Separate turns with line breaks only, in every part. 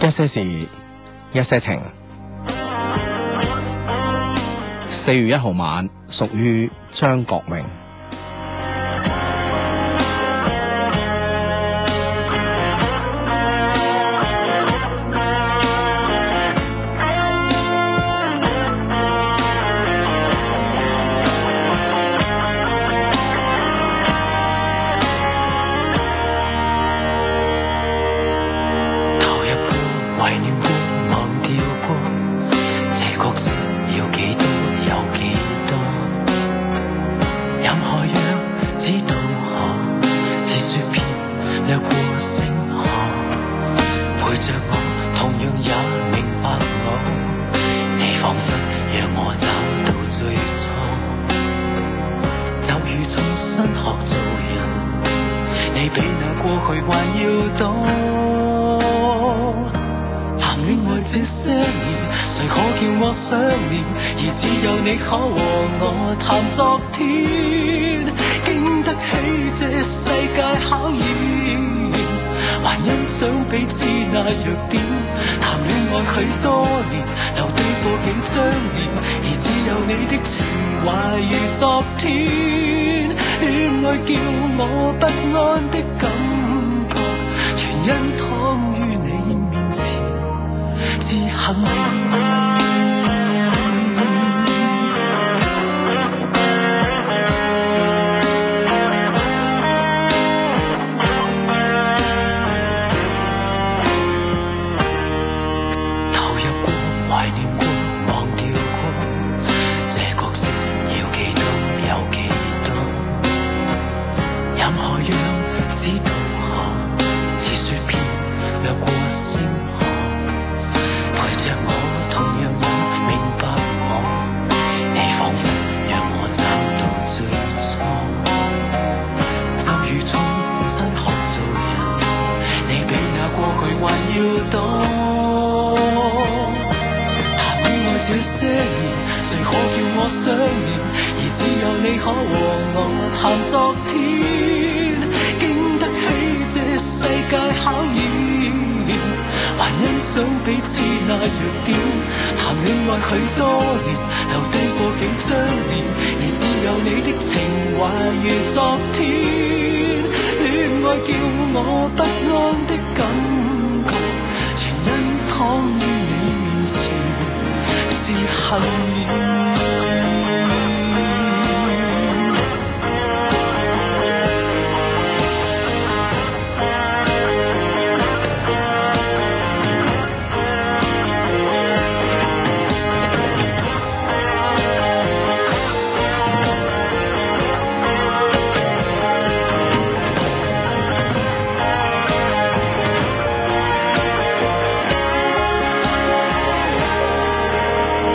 一些事，一些情。四月一號晚，屬於張國榮。
投入過，懷念過，忘掉過，這角色要幾多有幾多？任何樣只渡河，似雪片掠過星河，陪着我，同樣也明白我。你彷彿讓我找到最初，就如重新學做人。你比那過去還要多。談戀愛這些年，誰可叫我想念？而只有你可和我談昨天，經得起這世界考驗，還欣賞彼此那弱點。談戀愛許多年，留低過幾張臉，而只有你的情懷如昨天。戀愛叫我不安的感覺，全因躺於你面前至幸投入過，懷念過，忘掉過，這角色要幾多有幾多？任何樣只渡河，似雪片掠過星河，陪着我，同樣我明白我，你彷彿讓我找到最初，就如重新學做人。你比那過去還要多。談戀愛這些年，誰可叫我想念？而只有你可和我談昨天，經得起這世界考驗，還欣賞彼此那弱點。談戀愛許多年，留低過幾張臉，而只有你的情懷如昨天。戀愛叫我不安的感覺，全因躺於你面前至幸。談戀愛這些年，誰可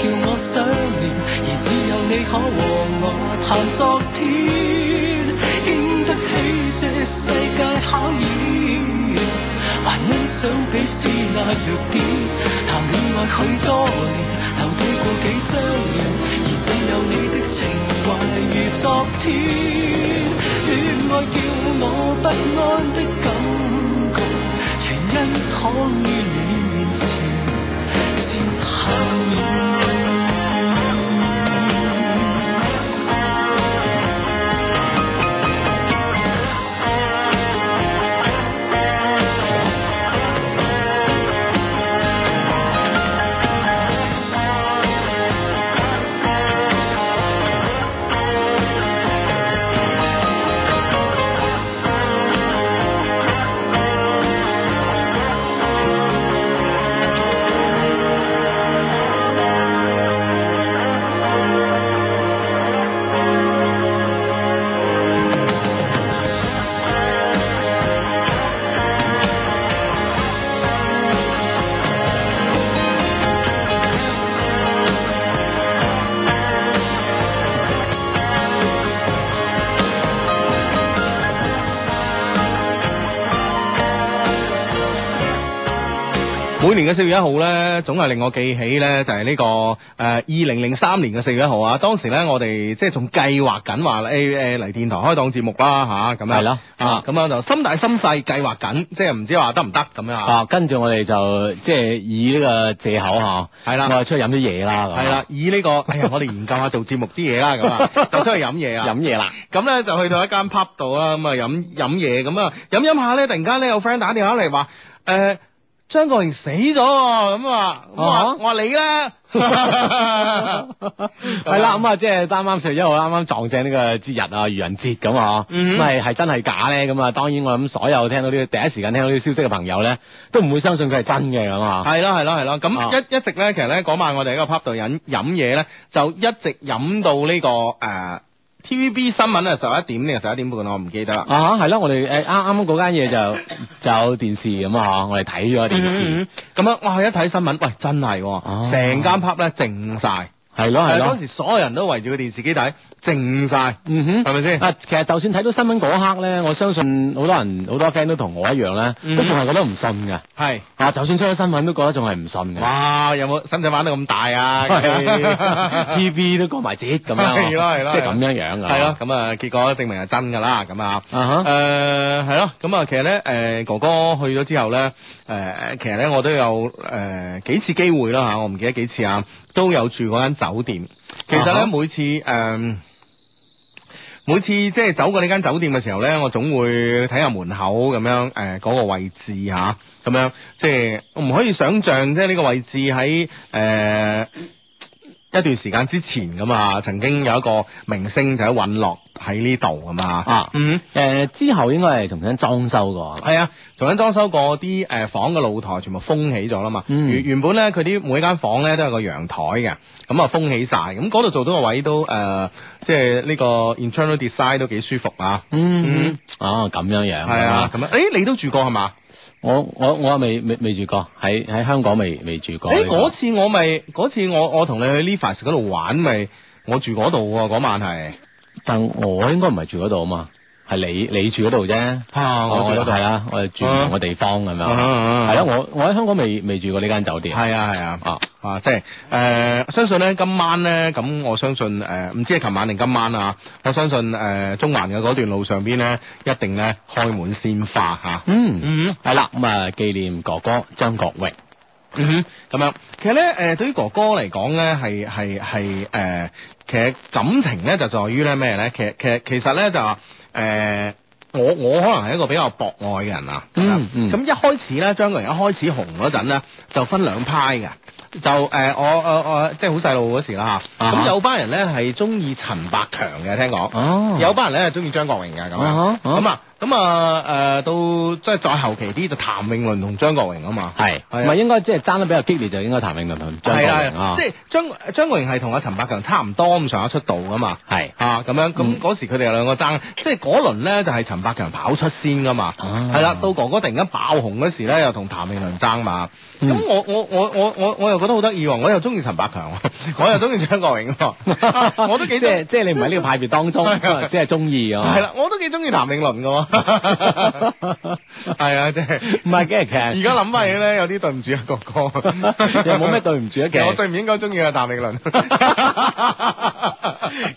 叫我想念？而只有你可和我談昨天，經得起這世界考驗，還欣賞彼此那弱點。談戀愛許多年，留低過幾張臉，而只有你的情懷如昨天。戀愛叫我不安的感覺，全因躺於你面前。先啊考驗。
每年嘅四月一號咧，總係令我記起咧，就係、呢、個誒二零零三年嘅四月一號啊。當時咧，我哋即係仲計劃緊話誒誒嚟電台開檔節目啦吓，咁、樣
係咯
啊，咁樣就心大心細計劃緊，即係唔知話得唔得咁樣啊。
啊，跟住我哋就即係以呢個藉口嚇，
係啦
我哋出去飲啲嘢啦，咁
係啦，以呢、個哎呀，我哋研究下做節目啲嘢啦，咁啊，就出去飲嘢 啊。
飲嘢啦，
咁咧就去到一間 pub 度啦，咁啊飲飲嘢，咁啊飲飲下咧，突然間咧有 friend 打電話嚟話，誒張國榮死咗喎，咁啊，我話
啊
我話你 啦，啊係
係啦，咁啊，即係啱啱四月一號啱啱撞正呢個節日啊，愚人節咁啊，
嗯
咁係係真係假咧？咁啊，當然我諗所有聽到呢個第一時間聽到呢個消息嘅朋友咧，都唔會相信佢係真嘅咁啊。
係咯係咯係咯，咁、
啊
一一直咧，其實咧嗰晚我哋喺個 pub 度飲飲嘢咧，就一直飲到呢、個誒、TVB 新聞啊十一點定係十一點半，我唔記得啦。
啊，係啦，我哋誒啱啱嗰間嘢就就有電視咁啊，我哋睇咗電視，
嗯咁樣哇！一睇新聞，喂，真係喎、
哦
成間 pub 咧靜晒。
係咯係
係啊
咯
當，時所有人都圍住個電視機睇，靜晒，
嗯
係咪先？
啊，其實就算睇到新聞嗰刻咧，我相信好多人好多 friend 都同我一樣
嗯
咧，都仲係覺得唔信㗎。
係。
啊，就算出咗新聞都覺得仲係唔信 嘅。
哇！有冇使唔使玩到咁大 啊？
T V 都過埋節咁樣啊，
係咯係咯
即係咁樣樣㗎。
係咯，咁啊，結果證明係真㗎啦，咁啊。誒
啊哈，
係咯，咁啊，其實咧，誒、哥哥去咗之後咧，誒、其實咧我都有誒、幾次機會啦嚇，我唔記得幾次啊，都有住嗰間酒店。其實咧、
啊哈
每次誒、每次即係走過呢間酒店嘅時候咧，我總會睇下門口咁樣誒嗰、個位置啊嚇，咁、樣即係我唔可以想像即係呢個位置喺誒。一段時間之前咁啊，曾經有一個明星就喺殞落喺呢度咁啊，
啊
嗯。
誒之後應該係重新裝修過。
係啊，重新裝修過啲誒房嘅露台全部封起咗啦嘛。
嗯
原原本咧佢啲每間房咧都有個陽台嘅，咁啊封起晒。咁嗰度做到個位都誒、呃即係呢個 internal design 都幾舒服啊。
嗯，哦咁樣樣。
係啊，，咁啊，誒你都住過係嘛？
我我我啊未未未住過，喺喺香港未未住過呢
誒
個。
嗰次我咪嗰次我我同你去 Levi's 嗰度玩咪，我住嗰度喎，嗰晚係。
但我應該唔係住嗰度啊嘛，係你你住嗰度啫。
啊
係啦，哦我哋住唔同嘅地方咁樣。
啊啊啊
係咯，我我喺香港未未住過呢間酒店。
係啊係啊
啊
啊！即係誒、呃相信咧今晚咧咁，我相信誒唔、知係琴晚定今晚啊，我相信誒、呃中環嘅嗰段路上邊咧，一定咧開滿鮮花嚇。
嗯。
嗯
係啦，咁啊紀念哥哥張國榮。
嗯哼，咁樣其實咧誒、呃，對於哥哥嚟講咧，係係係誒，其實感情咧就在於咧咩咧？其實其實其實咧就話誒。呃我我可能係一個比較博愛嘅人啊，咁樣
嗯嗯
咁一開始咧，張國榮一開始紅嗰陣咧，就分兩派嘅，就誒、呃我我我即係好細路嗰時啦嚇，
啊
咁、
哈
有班人咧係中意陳百強嘅，聽講，
哦
有班人咧係中意張國榮嘅咁樣
啊，哈啊
咁啊咁啊誒到即係再後期啲就譚詠麟同張國榮啊嘛，
係，
係啊
唔係應該即係爭得比較激烈就應該譚詠麟同張國
係
榮
啊
啊，
即，係張張國榮係同阿陳百強差唔多咁上下出道噶嘛。
係嗯
啊，咁樣咁嗰時佢哋兩個爭，即係嗰輪咧就係陳百強跑出先噶嘛，
啊
係啦，到哥哥突然間爆紅嗰時咧，又同譚詠麟爭嘛，咁
嗯
我我我我我我又覺得好得意喎，我又中意陳百強 喎，我又中意張國榮喎， 我都幾
即
中
係即係你唔係呢個派別當 中，即係中意啊，
係，啦，我都幾中意譚詠麟嘅喎， 係啊，即係
唔係嘅，其
而
實
家諗翻起咧，有啲對唔住啊哥哥，
又冇咩對唔住啊， 其
我
實
最唔應該中意嘅係譚詠麟。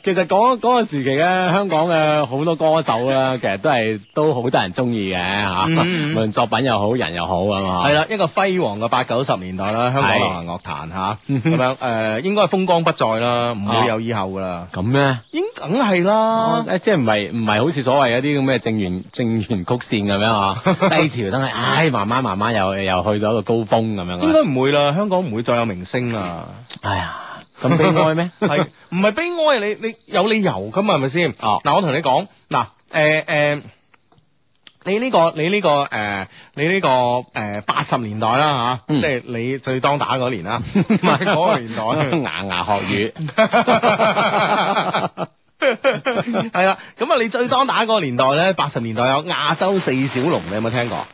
其實嗰嗰個時期咧，香港嘅好多歌手啦，其實都係都好多人中意嘅嚇，
嗯嗯
無論作品又好，人又好啊嘛，
係，啦，一個輝煌嘅八九十年代啦，香港
係
流行樂壇嚇，
嗯
咁
哼
樣誒應該係風光不再啦，唔
啊
會有以後噶啦，
咁咧。
應梗係啦
哦，誒即係唔係唔係好似所謂嗰啲咁嘅正弦正弦曲線咁樣 啊，低潮等係，唉，慢慢慢慢又又去到一個高峰咁樣
應
啊，
該唔會啦，香港唔會再有明星啦，
哎呀，咁悲 哀咩？
係唔係悲哀啊？你你有理由噶嘛，係咪先？
哦
嗱，我同你講，嗱誒誒。你呢、個你呢、個誒、你呢、個誒八十年代啦嚇，
嗯
即係你最當打嗰年啦，唔係嗰個年 代。
牙牙學
係啦，咁啊，你最當打嗰個年代咧，八十年代有亞洲四小龍，你有冇聽過？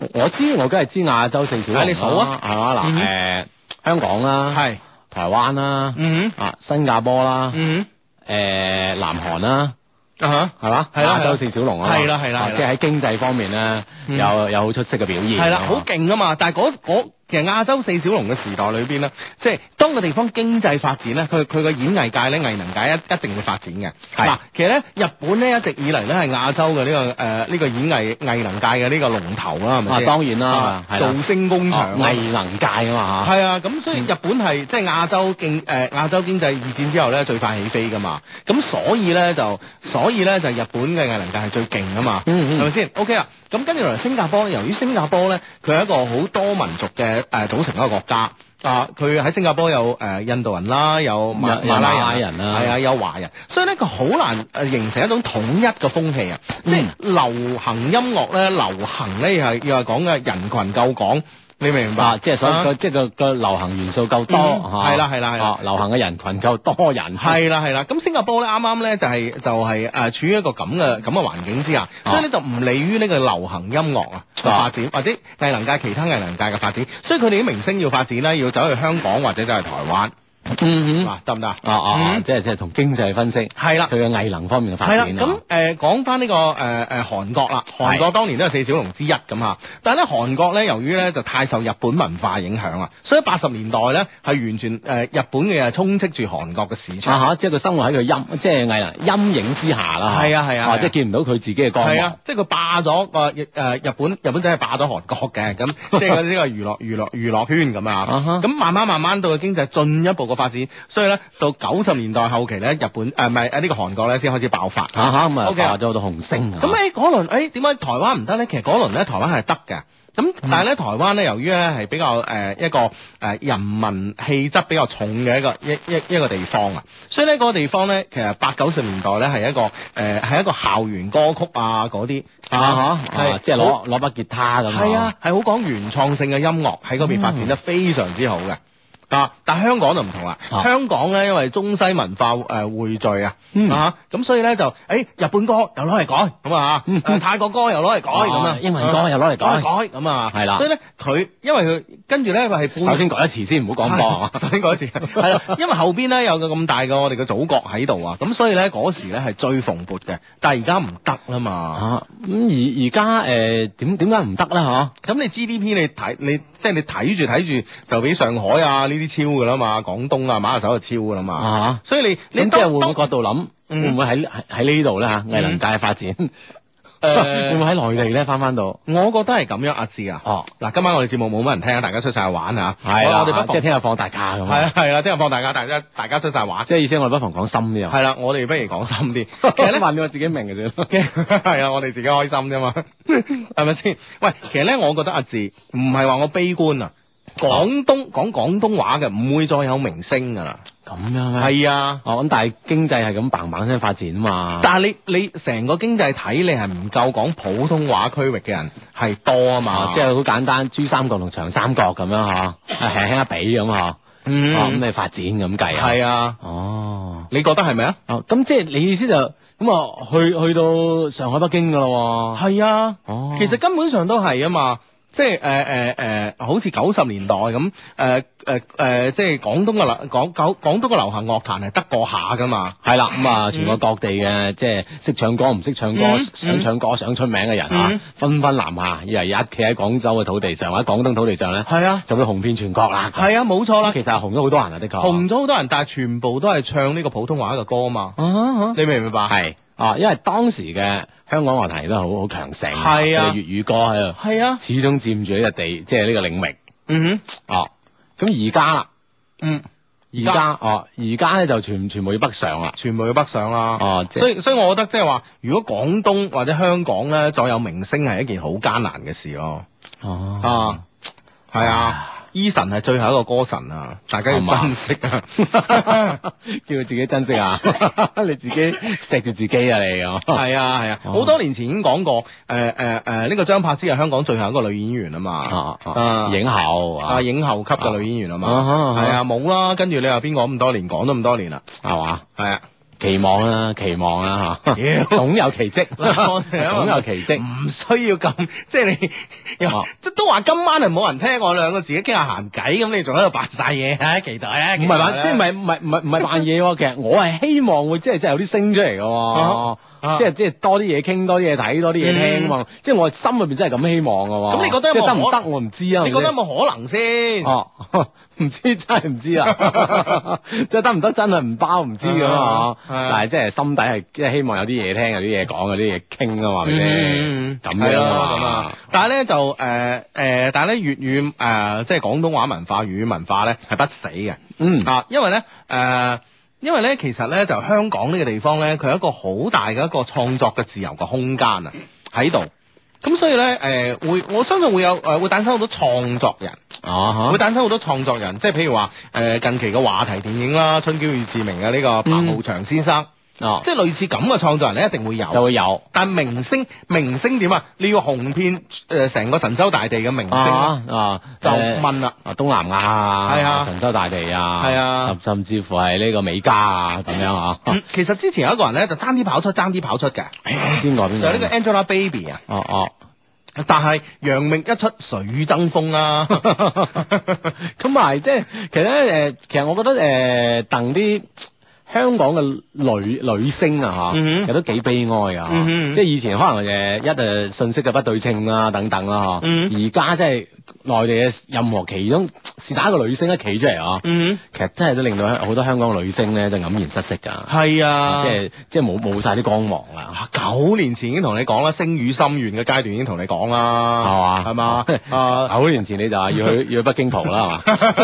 語，我知我梗係知亞洲四小龍啦
哎你數啊
係嘛
嗯
嗱誒，香港啦，
係，
台灣啦，
嗯
啊新加坡啦，
嗯，
誒南韓啦。
啊
係嘛？
係啦
亞洲四小龍啊嘛，
係啦係啦
啊
係啦
即係喺經濟方面咧，
嗯
有有好出色嘅表現。
係啦，
啊
好勁啊嘛！但係嗰嗰其實亞洲四小龍嘅時代裏邊咧，即係當個地方經濟發展咧，佢佢個演藝界咧、藝能界一一定會發展嘅。
係
嗱，其實咧日本咧一直以嚟咧係亞洲嘅呢、個誒呃呢、個演藝藝能界嘅呢個龍頭啦，係咪
啊
先
當然啦
啊
係啦
造星工
哦
場啊
藝能界啊嘛嗯嚇。
係啊，咁所以日本係即係亞洲經誒、呃、亞洲經濟二戰之後咧最快起飛噶嘛，咁所以咧就所以咧就日本嘅藝能界係最勁噶嘛，
嗯嗯
係咪先？OK 啦，咁跟住嚟新加坡咧，由於新加坡咧佢係一個好多民族嘅誒、呃、組成一個國家。啊！佢喺新加坡有誒、呃印度人啦，有馬
有
馬拉人
馬拉人啦
係啊，有華人，所以咧佢好難誒形成一種統一嘅風氣啊！即係
嗯
流行音樂咧，流行咧又係又係講嘅人群夠講，你明唔明白？
啊，即係所以
啊
個即係個個流行元素夠多
嗯
嚇，
係啦係啦係啦
啊流行嘅人群夠多人，
係啦係啦，咁新加坡咧啱啱咧就係、就係、呃處於一個咁嘅咁嘅環境之下，
啊
所以咧就唔利於呢個流行音樂啊嘅發展，或者藝能界其他藝能界嘅發展，所以佢哋啲明星要發展咧，要走去香港或者走去台灣，
嗯哼，
嗱得唔得啊？
啊啊啊，
嗯
即係即係同經濟分析，
係啦
佢。嘅藝能方面嘅發啊
係啦，
展
咁
啊
誒、呃、講翻呢、個誒誒、呃、韓國啦，韓國當年都係四小龍之一咁嚇，但係咧韓國咧由於咧就太受日本文化影響啦，所以八十年代咧係完全誒、呃日本嘅嘢充斥住韓國嘅市場。
啊嚇，即係佢生活喺佢陰，即係藝能陰影之下啦，嚇
係啊係啊係啊
即係見唔到佢自己嘅光
係
芒
啊，，即係佢霸咗個日誒日本日本仔係霸咗韓國嘅， 咁即係嗰啲個娛樂娛樂娛樂圈咁
啊哈
啊。咁慢慢慢慢到佢經濟進一步嘅發展，所以咧到九十年代後期咧，日本呃誒唔係誒呢個韓國咧先開始爆發。
啊嚇，咁啊
OK 啊
發咗好多紅星啊，
咁喺嗰輪，誒點解台灣唔得咧？其實嗰輪咧台灣係得嘅。咁
嗯
但係咧，台灣咧，由於咧係比較誒、呃一個誒、呃人民氣質比較重嘅一個一一一個地方啊，所以咧嗰、個地方咧，其實八九十年代咧係一個呃誒係、一個校園歌曲啊嗰啲
啊嚇，啊
係
即係
好
攞攞把吉他咁，
係啊，係好講原創性嘅音樂喺嗰
嗯
邊發展得非常之好嘅。啊！但香港就唔同啦，
啊
香港咧因為中西文化誒、呃、匯聚啊，
嗯
啊咁所以咧就誒、哎日本歌又攞嚟改咁啊，
嗯
呃泰國歌又攞嚟改咁啊
啊，英文歌又攞嚟改
啊改咁啊，
係啦
所以咧佢因為佢跟住咧佢係
首先改一詞先，唔好講波啊，
首先嗰時係啦，因為後邊咧有個咁大個我哋嘅祖國喺度啊，咁所以咧嗰時咧係最蓬勃嘅，但係而家唔得啦嘛。
啊咁而而家誒點點解唔得啦嚇？啊
咁你 GDP 你睇你即係你睇住睇住就俾上海啊呢啲超噶啦嘛，廣東啊馬下手就超噶啦嘛，
啊
所以你
嚇，
你
咁即係
當
換個
當
角度諗，
嗯
會唔會喺喺喺呢度咧嚇藝能界發展？ 會唔
誒，
會喺內地咧翻翻到？
呃我覺得係咁樣，阿志啊，
哦，
嗱今晚我哋節目冇乜人聽啊，大家出晒去玩啊，
係
我
啦，
我哋不
即
妨
係聽日放大假咁
係
啊
啊，係啦，聽日放大假，大家大家出晒玩，
即係意思我哋不妨講深啲啊。
係啦，我哋不如講深啲，其
其
實
實
咧
咧。問我自己明嘅啫。
嘅係啊，我哋自己開心啫 嘛，係咪先？喂，其實咧，我覺得阿志唔係話我悲觀啊，
哦
廣東講廣東話嘅唔會再有明星㗎啦，
咁樣咩？
係啊。
哦，咁但係經濟係咁棒棒聲發展啊嘛。
但係你你成個經濟體你係唔夠講普通話區域嘅人係多啊嘛
啊，，即係好簡單，珠三角同長三角咁樣嗬，輕輕一比咁嗬。
嗯
哦，咁你發展咁計啊？
係啊，
哦。
你覺得係咪啊？
哦，咁即係你意思就咁啊，去去到上海、北京噶咯
係啊，
喎。哦
其實根本上都係啊嘛。即係誒誒誒，好似九十年代咁誒誒誒，即係廣東嘅流廣廣廣東嘅流行樂壇係得過下㗎嘛。
係啦，咁啊，全國各地嘅即係識唱歌、唔識唱歌、
嗯
想唱歌、想出名嘅人
嗯
啊，紛紛南下，以為一企喺廣州嘅土地上或者廣東土地上咧，
係啊，
就會紅遍全國啦。
係啊，冇錯啦
咁，其實係紅咗好多人啊，的確。
紅咗好多人，但係全部都係唱呢個普通話嘅歌嘛，
啊
你明唔明白？
啊係啊，因為當時嘅香港樂壇都好好強盛，
係啊
佢哋粵語歌喺度，
係啊，
始終佔住呢個地，即係呢個領域。
嗯哼，
哦，咁而家啦，
嗯，
而家哦，而家咧就全全部要北上啦。
全部去北上啦。
哦，即係
所以所以，我覺得即係話，如果廣東或者香港咧，再有明星係一件好艱難嘅事咯。
哦
啊，係啊，Eason 係最後一個歌神啊，大家要
係嘛
珍 惜啊。
叫佢自己珍惜啊！ 你自己錫住自己啊你啊！
係啊係啊，
哦
好多年前已經講過，誒誒誒，呢個張柏芝係香港最後一個女演員啊嘛。
啊
啊
啊！影后啊
啊，，影后級嘅女演員啊嘛，
啊哈啊哈
係啊，冇啦，跟住你話邊個咁多年，講咗咁多年啦，
係嘛？
係啊。
期望啦，期望啦嚇，
妖
總有奇蹟， 總
啊
有奇蹟。
唔需要咁， 即係你又
哦
即都話今晚係冇人聽，我兩個自己傾下閒偈，咁你仲喺度扮晒嘢 啊？期待啊！
唔係嘛？即係唔
咪
係唔係唔係唔係扮嘢喎？其實我係希望會即係即係有啲聲出嚟嘅
啊
喎。
啊嗯
即係即係多啲嘢傾，多啲嘢睇，多啲嘢聽啊嘛。即係我心裏邊真係咁希望噶喎。
咁你覺得有冇
即係得唔
可
得？我唔知啊。
你覺得有
唔
冇可能
知
先？
哦， 唔知真係唔知啊！ 即係得唔得真係唔包唔知咁啊！
啊啊
但係即係心底係即係希望有啲嘢聽，有啲嘢講，有啲嘢傾啊嘛，係咪
嗯
先？咁樣
係咯咁
啊
啊！但係咧就誒誒、呃呃但係咧粵語誒、呃即係廣東話文化、粵語文化咧係不死嘅。
嗯
啊，因為咧誒、呃因為咧其實咧就香港呢個地方咧，佢有一個好大嘅一個創作嘅自由嘅空間啊喺度。咁所以咧誒、呃、會我相信會有誒、呃、會誕生好多創作人。
啊哈
會誕生好多創作人，即係譬如話誒、呃近期嘅話題電影啦，《春嬌與志明》啊嘅呢個
嗯
彭浩翔先生，
哦，
即係類似咁嘅創作人咧，一定會
就
有。
會有
但明星明星點啊？你要紅遍誒成、個神州大地嘅明星，
啊啊，
就
誒
問啦。
啊，東南亞啊，
係啊
神州大地啊，
係啊
甚甚至乎係呢個美加啊，咁樣啊，哎
嗯其實之前有一個人咧，就爭啲跑出，爭啲跑出嘅，
邊個邊
就
個？
係呢個 Angelababy 啊。
哦哦，
但係楊冪一出水爭風啊啦、
咁埋即係其實咧誒，其實我覺得誒，呃鄧啲。香港嘅女女星啊，嚇、
嗯哼
其實都幾悲哀㗎，嚇
嗯哼
即係以前可能誒一誒信息嘅不對稱啦、等等啦，嚇、
嗯
而家即係內地嘅任何其中是但一個女星一企出嚟啊，
嗯，
其實真係都令到好多香港女星咧就黯然失色㗎。
係啊，
即係即係冇冇曬啲光芒啦。
啊九年前已經同你講啦，星語心願嘅階段已經同你講啦，
係
係
嘛
嘛？ 啊，
九年前你就話要 去要去北京蒲啦，係嘛？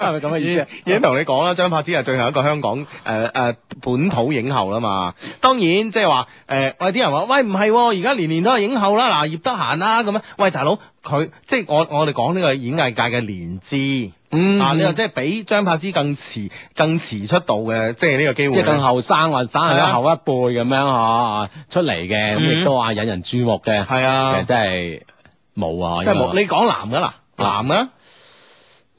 係咪咁嘅意思啊？
已經同你講啦，張柏芝啊係最後一個香港誒誒、呃呃本土影后啦嘛。當然即係話誒，喂啲人話喂唔係喎，而家年年都係影后啦，嗱葉德嫻啦咁樣。喂大佬，佢即係我我哋講呢個演藝界嘅年資。
嗯
啊！你話即係比張柏芝更遲、更遲出道嘅， 即係呢個機會。
即係更後生或者省
係
係
啊
後一輩咁樣嚇出嚟嘅，咁
嗯
亦都話引人注目嘅。
係
其
啊
實，真係冇啊，
即係冇。
應
你講男嘅啦，
啊
男嘅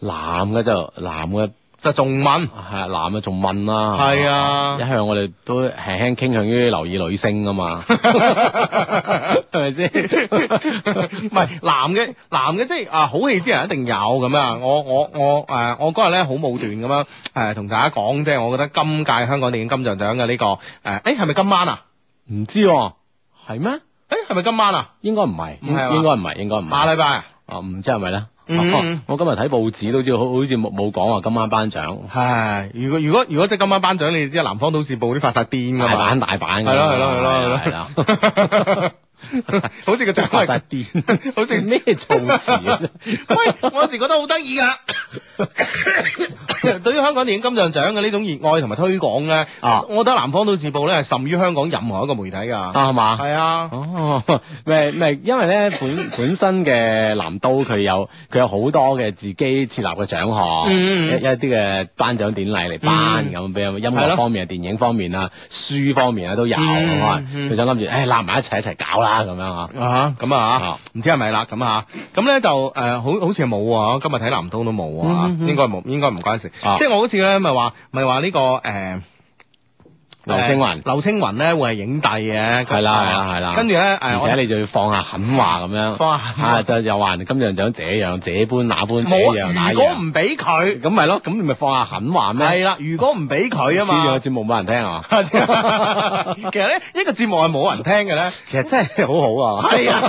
該男嘅就男嘅
就仲問。
係男嘅仲問啦。
係啊
一向我哋都輕輕傾向於留意女星 啊嘛，係咪先？
唔係男嘅，男嘅即係啊，好戲之人一定有咁啊！我我我誒、我嗰日咧好武斷咁樣誒，同、大家講，即係我覺得今屆香港電影金像獎嘅呢個誒，誒係咪今晚啊？
唔知喎，係咩？
誒係咪今晚啊？
應該唔係，
唔係
應
嘛
應該唔係，應該唔係
下。禮拜啊？
啊，唔知係咪咧？
嗯嗯
我今日睇報紙都知，好好似冇冇講話今晚頒獎，
唉，如果如果如果即係今晚頒獎，你知啊南方都市報啲發晒癲㗎
大
嘛
版？大版㗎
啊係咯係咯係咯
係
係
啦
咯。 好似個獎
發晒
係
癲，
好似
咩措辭啊？
喂，我有時覺得好得意 噶。 對於香港電影金像獎嘅呢種熱愛同埋推廣咧，
啊
我覺得南方都市報咧係甚於香港任何一個媒體㗎。
啊係嘛？
係啊，
哦，咪咪，因為咧本本身嘅南都佢有佢有好多嘅自己設立嘅獎項，
嗯嗯
一一啲嘅頒獎典禮嚟頒
嗯
咁，比如音
係
樂
咯
方面啊、電影方面啊、書方面啊都有咁啊
嗯，嗯
佢想諗住誒攬埋一齊一齊搞啦咁樣啊，
啊咁
啊
啊，唔知係咪啦咁啊，咁咧就誒好好似冇啊，今日睇南通都冇啊，
嗯嗯嗯
應該冇，應該唔關事。
啊
即係我好似咧咪話咪話呢個誒。
劉青雲
誒。劉青雲咧會係影帝嘅，啊
係啦係啦係啦
跟住咧
而
哎誒，我
且你就要放下狠話咁樣，
放下狠話
啊就又話人金像獎這樣這般那般這樣
冇，
那
如果
樣，
唔俾佢，
咁咪咯，咁你咪放下狠話咩？
係啦，如果唔俾佢啊
呢
嘛
個。節目冇人聽啊，
其實咧，一個節目係冇人聽嘅咧，
其實真係好 好啊，
係 啊，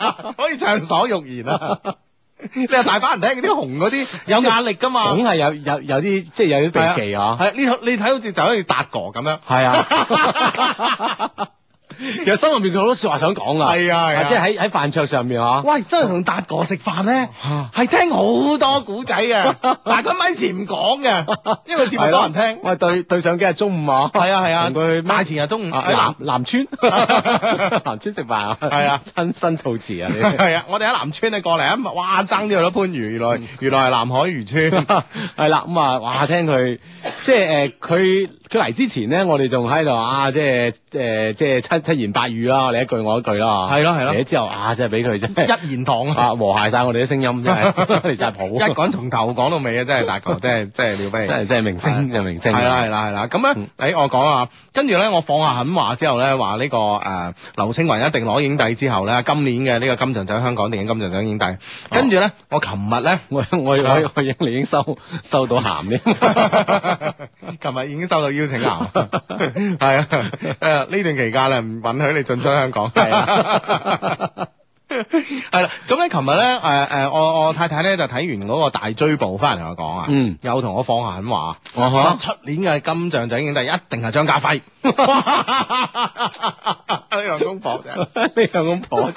哎可以暢所欲言啊！你話大把人聽，嗰啲紅嗰啲有壓力噶嘛，
總係有有有啲即係有啲避忌啊，
係呢套你睇好似就好似達哥咁啊樣，
係啊， 其實心入面佢好多説話想講啊，
係啊係啊
即係喺喺飯桌上面啊，
喂，真係同達哥食飯咧，係聽好多古仔 嘅，但係佢咪前唔講嘅，因為節目多人聽。
我對對上幾日中午啊，
係啊係啊，
同佢
買前日中午
啊南南 村南村食飯啊，
係啊
新新措辭啊，你。
係啊，我哋喺南村你過嚟啊，哇爭啲去咗番禺，原
嗯
來原來係南海漁村。
係啦，咁啊，哇！聽佢即係誒，佢佢嚟之前咧，我哋仲喺度啊，即係誒，即係七七言八語啊啦，你一句我一句啦，
係咯係咯
嚟咗之後啊，真係俾佢真係
一言堂啊！
啊 和諧晒我哋啲聲音，真係離晒譜，
一講從頭講到尾啊，真係大球，真係真係了不
真係
起。
真係明星嘅嗯明星，
係啦係啦係啦，咁咧，誒我講啊，跟住咧我放下狠話之後咧，話呢個誒劉青雲一定攞影帝之後咧，今年嘅呢個金像獎香港電影金像獎影帝，跟住咧我琴日咧，
我我我我已經你已經收收到鹹啲，
琴日已經收到邀邀請 函，係啊，誒呢段期間咧唔允許你進出香港。
啊
係啦，咁咧，琴日咧，誒、誒，我我太太咧就睇完嗰個大追捕翻嚟同我講啊，
嗯
有同我放下狠話，
啊哈
出年嘅金像獎影帝一定係張家輝， 呢兩公婆啫。
呢兩公婆，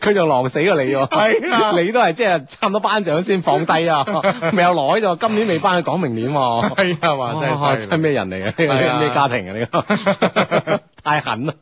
佢仲狼死過你喎。
係啊
你都係即係差唔多頒獎先放低啊，未有耐就今年未頒，講明年喎。
係啊，
哇！
哇，
真
真
係
係
犀
犀
利
利
咩人嚟嘅？
係啊
咩家庭啊？呢個太狠啦！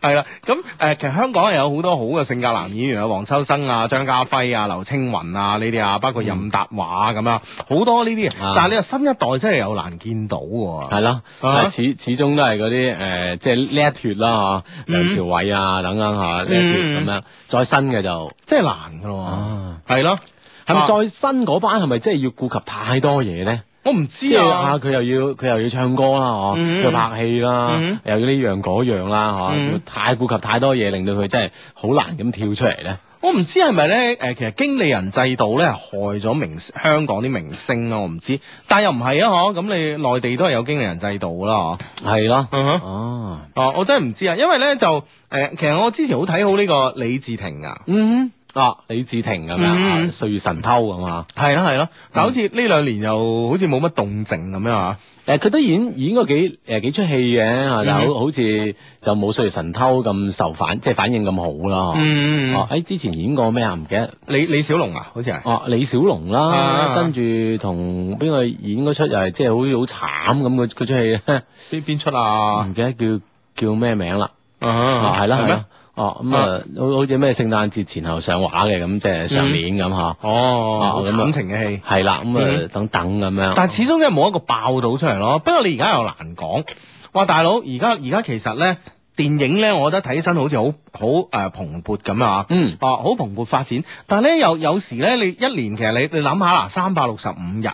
係啦，咁誒、呃其實香港有好多好嘅性格男演員啊，黃秋生啊、張家輝啊、劉青雲啊呢啲啊，包括任達華咁啊，好多呢啲
啊
啊。但係你話新一代真係有難見到喎。
係咯，
啊
但係始始終都係嗰啲誒，即係呢一脱啦嚇，
嗯
梁朝偉啊等等嚇，呢一脱咁
嗯
樣，再新嘅就
真係難噶咯
啊，
喎，係咯，
係咪
啊
再新嗰班係咪即係要顧及太多嘢咧？
我唔
即
知
係啊，
啊，
佢又要佢又要唱歌啦，嗬，
嗯
又拍戲啦
嗯，
又要呢樣嗰樣啦，嗬
嗯，
太顧及太多嘢，令到佢真係好難咁跳出嚟咧。
我唔知係咪咧？誒，其實經理人制度咧係害咗明香港啲明星啊，我唔知，但又唔係啊，嗬，咁你內地都係有經理人制度啦，
係咯，
嗬。
哦，
哦，我真係唔知啊，因為咧就誒、其實我之前好睇好呢個李治廷啊，
嗯，啊，李治廷咁樣啊，
嗯
《歲月神偷》咁啊，
係啦係啦，但好似
嗯
呢兩年又好似冇乜動靜咁樣啊，
誒，佢都演演過幾誒幾出戲嘅，啊但係
嗯
好好似就冇《歲月神偷》咁受反，即係反應咁好啦，嗬
嗯
哦，誒，之前演過咩啊？唔記得。
李李小龍啊，好似係，
哦，李小龍啦，
啊
跟住同邊個演嗰出又係即係好好慘咁嗰嗰出戲 咧。
邊邊出啊？
唔記得叫叫咩名啦，嗯啊
啊
係啦係
咩
啦？，哦咁啊，好好似咩聖誕節前後上畫嘅咁，即係
嗯
上年咁嚇，
哦，
啊
好
咁啊
慘情嘅戲。
係啦，咁啊
嗯
等等咁樣，
但係始終真係冇一個爆到出嚟咯。不過你而家又難講。哇，大佬，而家而家其實咧，電影咧，我覺得睇起身好似好好誒蓬勃咁啊。
嗯
啊，好蓬勃發展，但係咧有有時咧，你一年其實你你諗下啦，三百六十五日，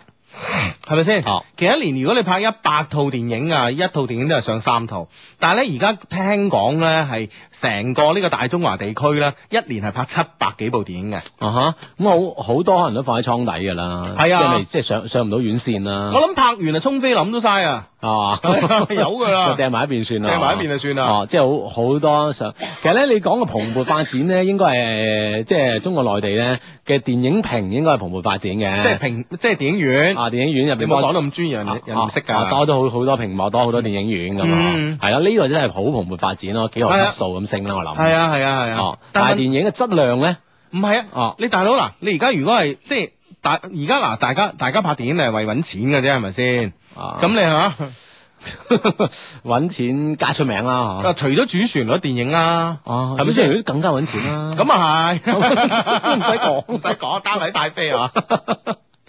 係咪先？
哦
其實一年如果你拍一百套電影啊，一套電影都係上三套，但係咧而家聽講咧係成個呢個大中華地區咧，一年係拍七百幾部電影嘅。
啊哈，咁好好多可能都放喺倉底㗎啦，
係啊
即係未即係上上唔到院線
我
啦，
諗拍完啊，衝飛諗都嘥啊，
係嘛。
有㗎啦
就。掟埋一邊算啦，
掟埋一邊就算啦
哦，即係好好多上，其實咧你講嘅蓬勃發展咧，應該係呃即係中國內地咧嘅電影屏應該係蓬勃發展嘅，
即係平，即係電影院。
啊電影院入
你
邊
冇
多
講到咁專業，人哋人哋唔識
啊
㗎。
多都好好多屏幕，多好多電影院咁啊
嗯，啊
係啦，呢個真係好蓬勃發展咯，幾何級數咁升啦，我諗。
係，啊係啊係啊，，
哦但係
但係
電影嘅質量咧，
唔係啊？
哦
哦，你大佬嗱，你而家如果係即係大而家嗱，大家大家拍電影係為揾錢嘅啫，係咪先？咁
咁
你嚇
揾啊錢加出名啦，哦嚇
啊，除咗主旋律電影啦，
哦，
係咪
主
先
旋律更加揾錢啦。
咁 啊係，
唔使講
唔使講，單位帶飛 啊！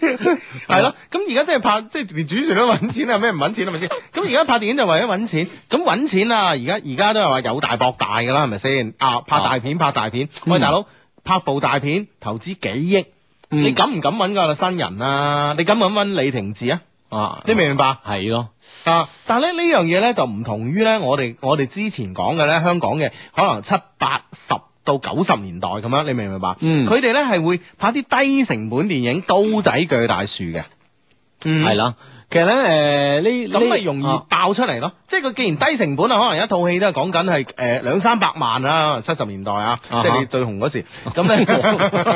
係咯，咁而家即係拍，即係連主旋律都揾錢啊，咩唔揾錢啊，係咪先？咁而家拍電影就為咗揾錢，咁揾錢啊！而家而家都係話有大博大㗎啦，係咪先？啊，拍大片拍大片，
嗯
喂大佬，拍部大片投資幾億，
嗯
你敢唔敢揾個新人啊？你敢唔敢揾李廷志啊？
啊，
你明唔明白？
係咯，
啊！但係咧呢樣嘢咧就唔同於咧我哋我哋之前講嘅咧香港嘅可能七八十到九十年代咁樣，你明唔明白？
嗯
佢哋咧係會拍啲低成本電影，刀仔鋸大樹嘅，嗯
係啦。其實咧，誒呢
咁咪容易
啊
爆出嚟咯。即係佢既然低成本啊，可能一套戲都係講緊係誒兩三百萬啊，七十年代啊，
啊哈
即係你最紅嗰時，咁咧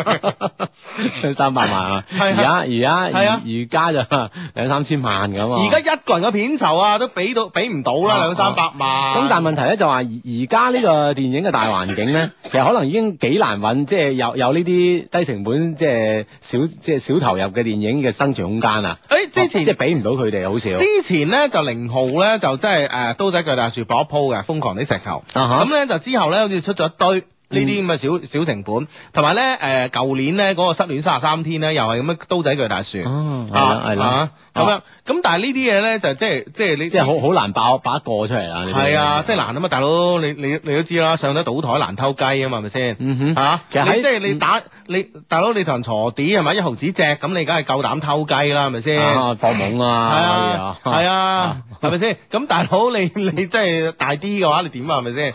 三百萬啊！而
係
家
啊
而家而
係啊
而家就 兩三千萬咁啊。
而家一個人嘅片酬啊都俾到俾唔到
啊
啦，兩三百萬。
咁但係問題咧就話而而家呢個電影嘅大環境咧， 其實可能已經幾難揾，即係有有呢啲低成本即係小即係小投入嘅電影嘅生存空間啊。
誒之前
即係俾唔到佢哋好少。
之前咧就零號咧就真係誒刀仔鋸大樹搏一鋪嘅瘋狂啲石頭，
啊哈嗯
咁咧就之後咧好似出咗一堆呢啲咁嘅小小成本，同埋咧誒舊年咧嗰個失戀三十三天咧又係咁樣刀仔鋸大樹，
哦係啦係啦
啊咁樣，咁但係呢啲嘢咧就即係即係你
即係好好難爆爆一個出嚟啦。呢啲
係啊，即係難啊嘛，大佬你你你都知啦，上得賭台難偷雞啊嘛，係咪先？
嗯哼
嚇
其實喺嗯
你即係你打你大佬你同人鋤啲係咪一毫子隻咁，你梗係夠膽偷雞啦，係咪先？
啊搏懵啊，
係啊，係啊，係咪 先？咁大佬你你真係大啲嘅話，你點啊？係咪先？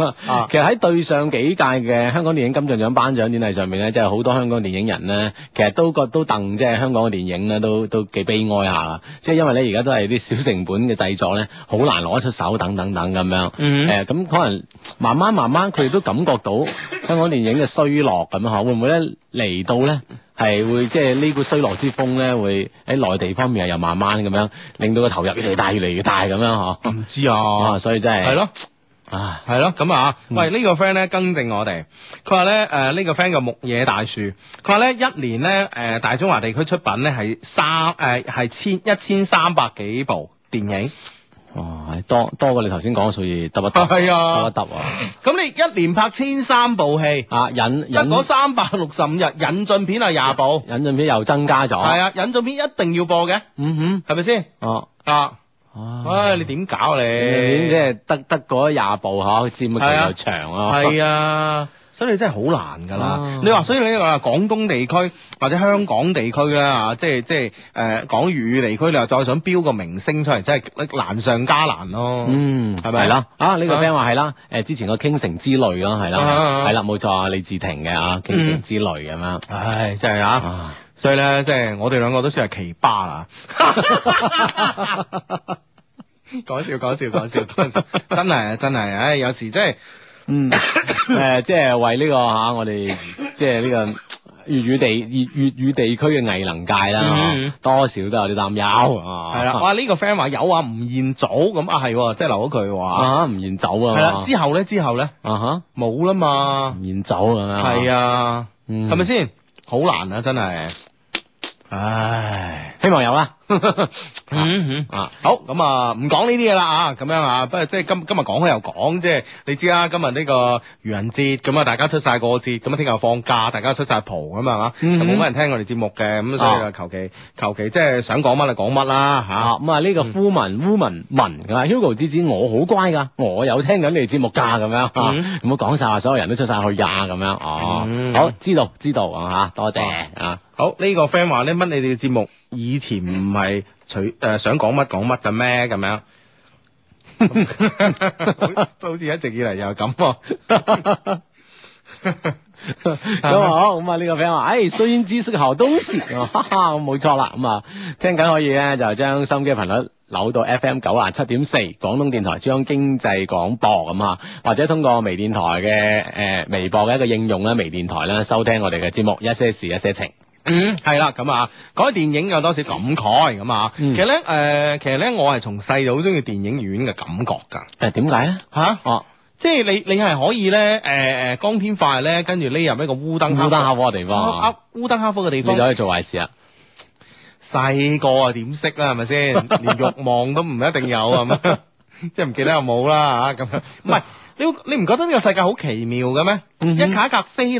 其實喺對上幾屆嘅嘅香港電影金像獎頒獎典禮上面咧，即係好多香港電影人咧，其實都覺都戥即係香港嘅電影咧，都都幾悲哀下啦。即係因為咧，而家都係啲小成本嘅製作咧，好難攞得出手，等等等咁樣。
嗯
誒咁、可能慢慢慢慢，佢哋都感覺到香港電影嘅衰落咁樣嚇，會唔會咧嚟到咧係會即係呢股衰落之風咧，會喺內地方面又慢慢咁樣，令到個投入越嚟越大，越嚟越大咁樣嗬。
唔知
啊，
啊，
所以真係
係咯。
啊，
係咯，咁啊，
嗯
喂，呢、個 friend 咧更正我哋，佢話咧誒呢個 friend 叫木野大樹，佢話咧一年咧誒、呃大中華地區出品咧係三誒係千一千三百幾部電影，
哇，多多過你頭先講嘅數字，得不得？
係
得不
啊，
得喎？
咁你一年拍千三部戲，
啊，引
得
引
嗰三百六十五日引進片係廿部，
引進片又增加咗。
係啊，引進片一定要播嘅，
嗯
係咪先？
哼，哦，
啊，
啊，
唉，你點搞啊你？
影即係得得嗰廿部嗬，佔嘅期又長啊。
係啊，所以你真係好難㗎啦。
啊
你話，所以你話廣東地區或者香港地區啦，即係即係誒、呃、講粵語地區，你話再想標個明星出嚟，真係難上加難咯。
嗯，
係咪
係啦，啊呢個
啊
friend 話係啦，誒之前個傾城之淚咯，係
啊啊
啦，
啊嗯
係啦，冇錯啊，李治廷嘅啊，傾城之淚咁樣。
唉，真係啊！
啊，
所以咧，即係我哋兩個都算係奇葩 啦。講笑講笑講笑講笑，真係啊真係啊，唉，有時真係。
嗯，誒即係為呢個嚇我哋即係呢個粵語地粵粵語地區嘅藝能界
嗯
啦，啊多少都有啲擔憂啊。
係啦，哇！呢、個 friend 話有啊，吳彥祖咁啊，係喎，即係留咗佢喎。
啊，吳彥祖啊，
係啦，之後咧，之後咧
啊
冇啦
哈，
嘛
吳。彥祖咁樣，
係，啊，
嗯
係咪？先？好難啊，真係。唉，
希望有啦，
嗯
啊，
好咁啊，唔講呢啲嘢啦啊，咁樣啊，不過即係今今日講開又講，即係你知啦，今日呢個愚人節咁啊，大家出晒過節，咁啊聽日放假，大家出晒蒲咁啊，就
嗯
冇乜人聽我哋節目嘅，咁所以就
啊
求其求其即係想講乜就講乜啦嚇。
啊咁啊呢個
嗯
夫文烏文文咁啊，Hugo 之子我好乖㗎，我有聽緊你哋節目㗎咁樣啊，
嗯
咁啊講晒話所有人都出晒去㗎咁樣，
嗯
哦，好知道知道啊嚇，多謝啊，
好呢、個 friend 話咧，乜你哋嘅節目以前唔係隨誒想講乜講乜嘅咩咁樣？ 好似一直以嚟又係咁喎。
咁啊好，咁啊呢個 friend 話，誒雖然知識好東西，啊哈哈，冇錯啦，咁啊聽緊可以咧就將心機頻率。扭到 FM 九啊七點四，廣東電台中央經濟廣播咁啊，或者通過微電台嘅誒、呃微博嘅一個應用啦，微電台啦，收聽我哋嘅節目一些事一些情。
嗯，係啦，咁啊，講起電影有多少感慨咁啊？
嗯
其實咧，誒、其實咧，我係從細就好中意電影院嘅感覺㗎。
誒點解咧？
嚇、
哦，
即係你你係可以咧，誒、誒光天化日咧，跟住匿入一個烏燈
烏燈黑火嘅地方啊，
啊烏燈黑火嘅地
你
方
就。可以做壞事啊！
細個啊點識啦，係 咪先？連欲望都唔一定有啊係咪？ 即係唔記得有冇啦啊嚇咁樣。唔係你會你唔覺得呢個世界好奇妙嘅咩？
嗯哼
一卡一格菲林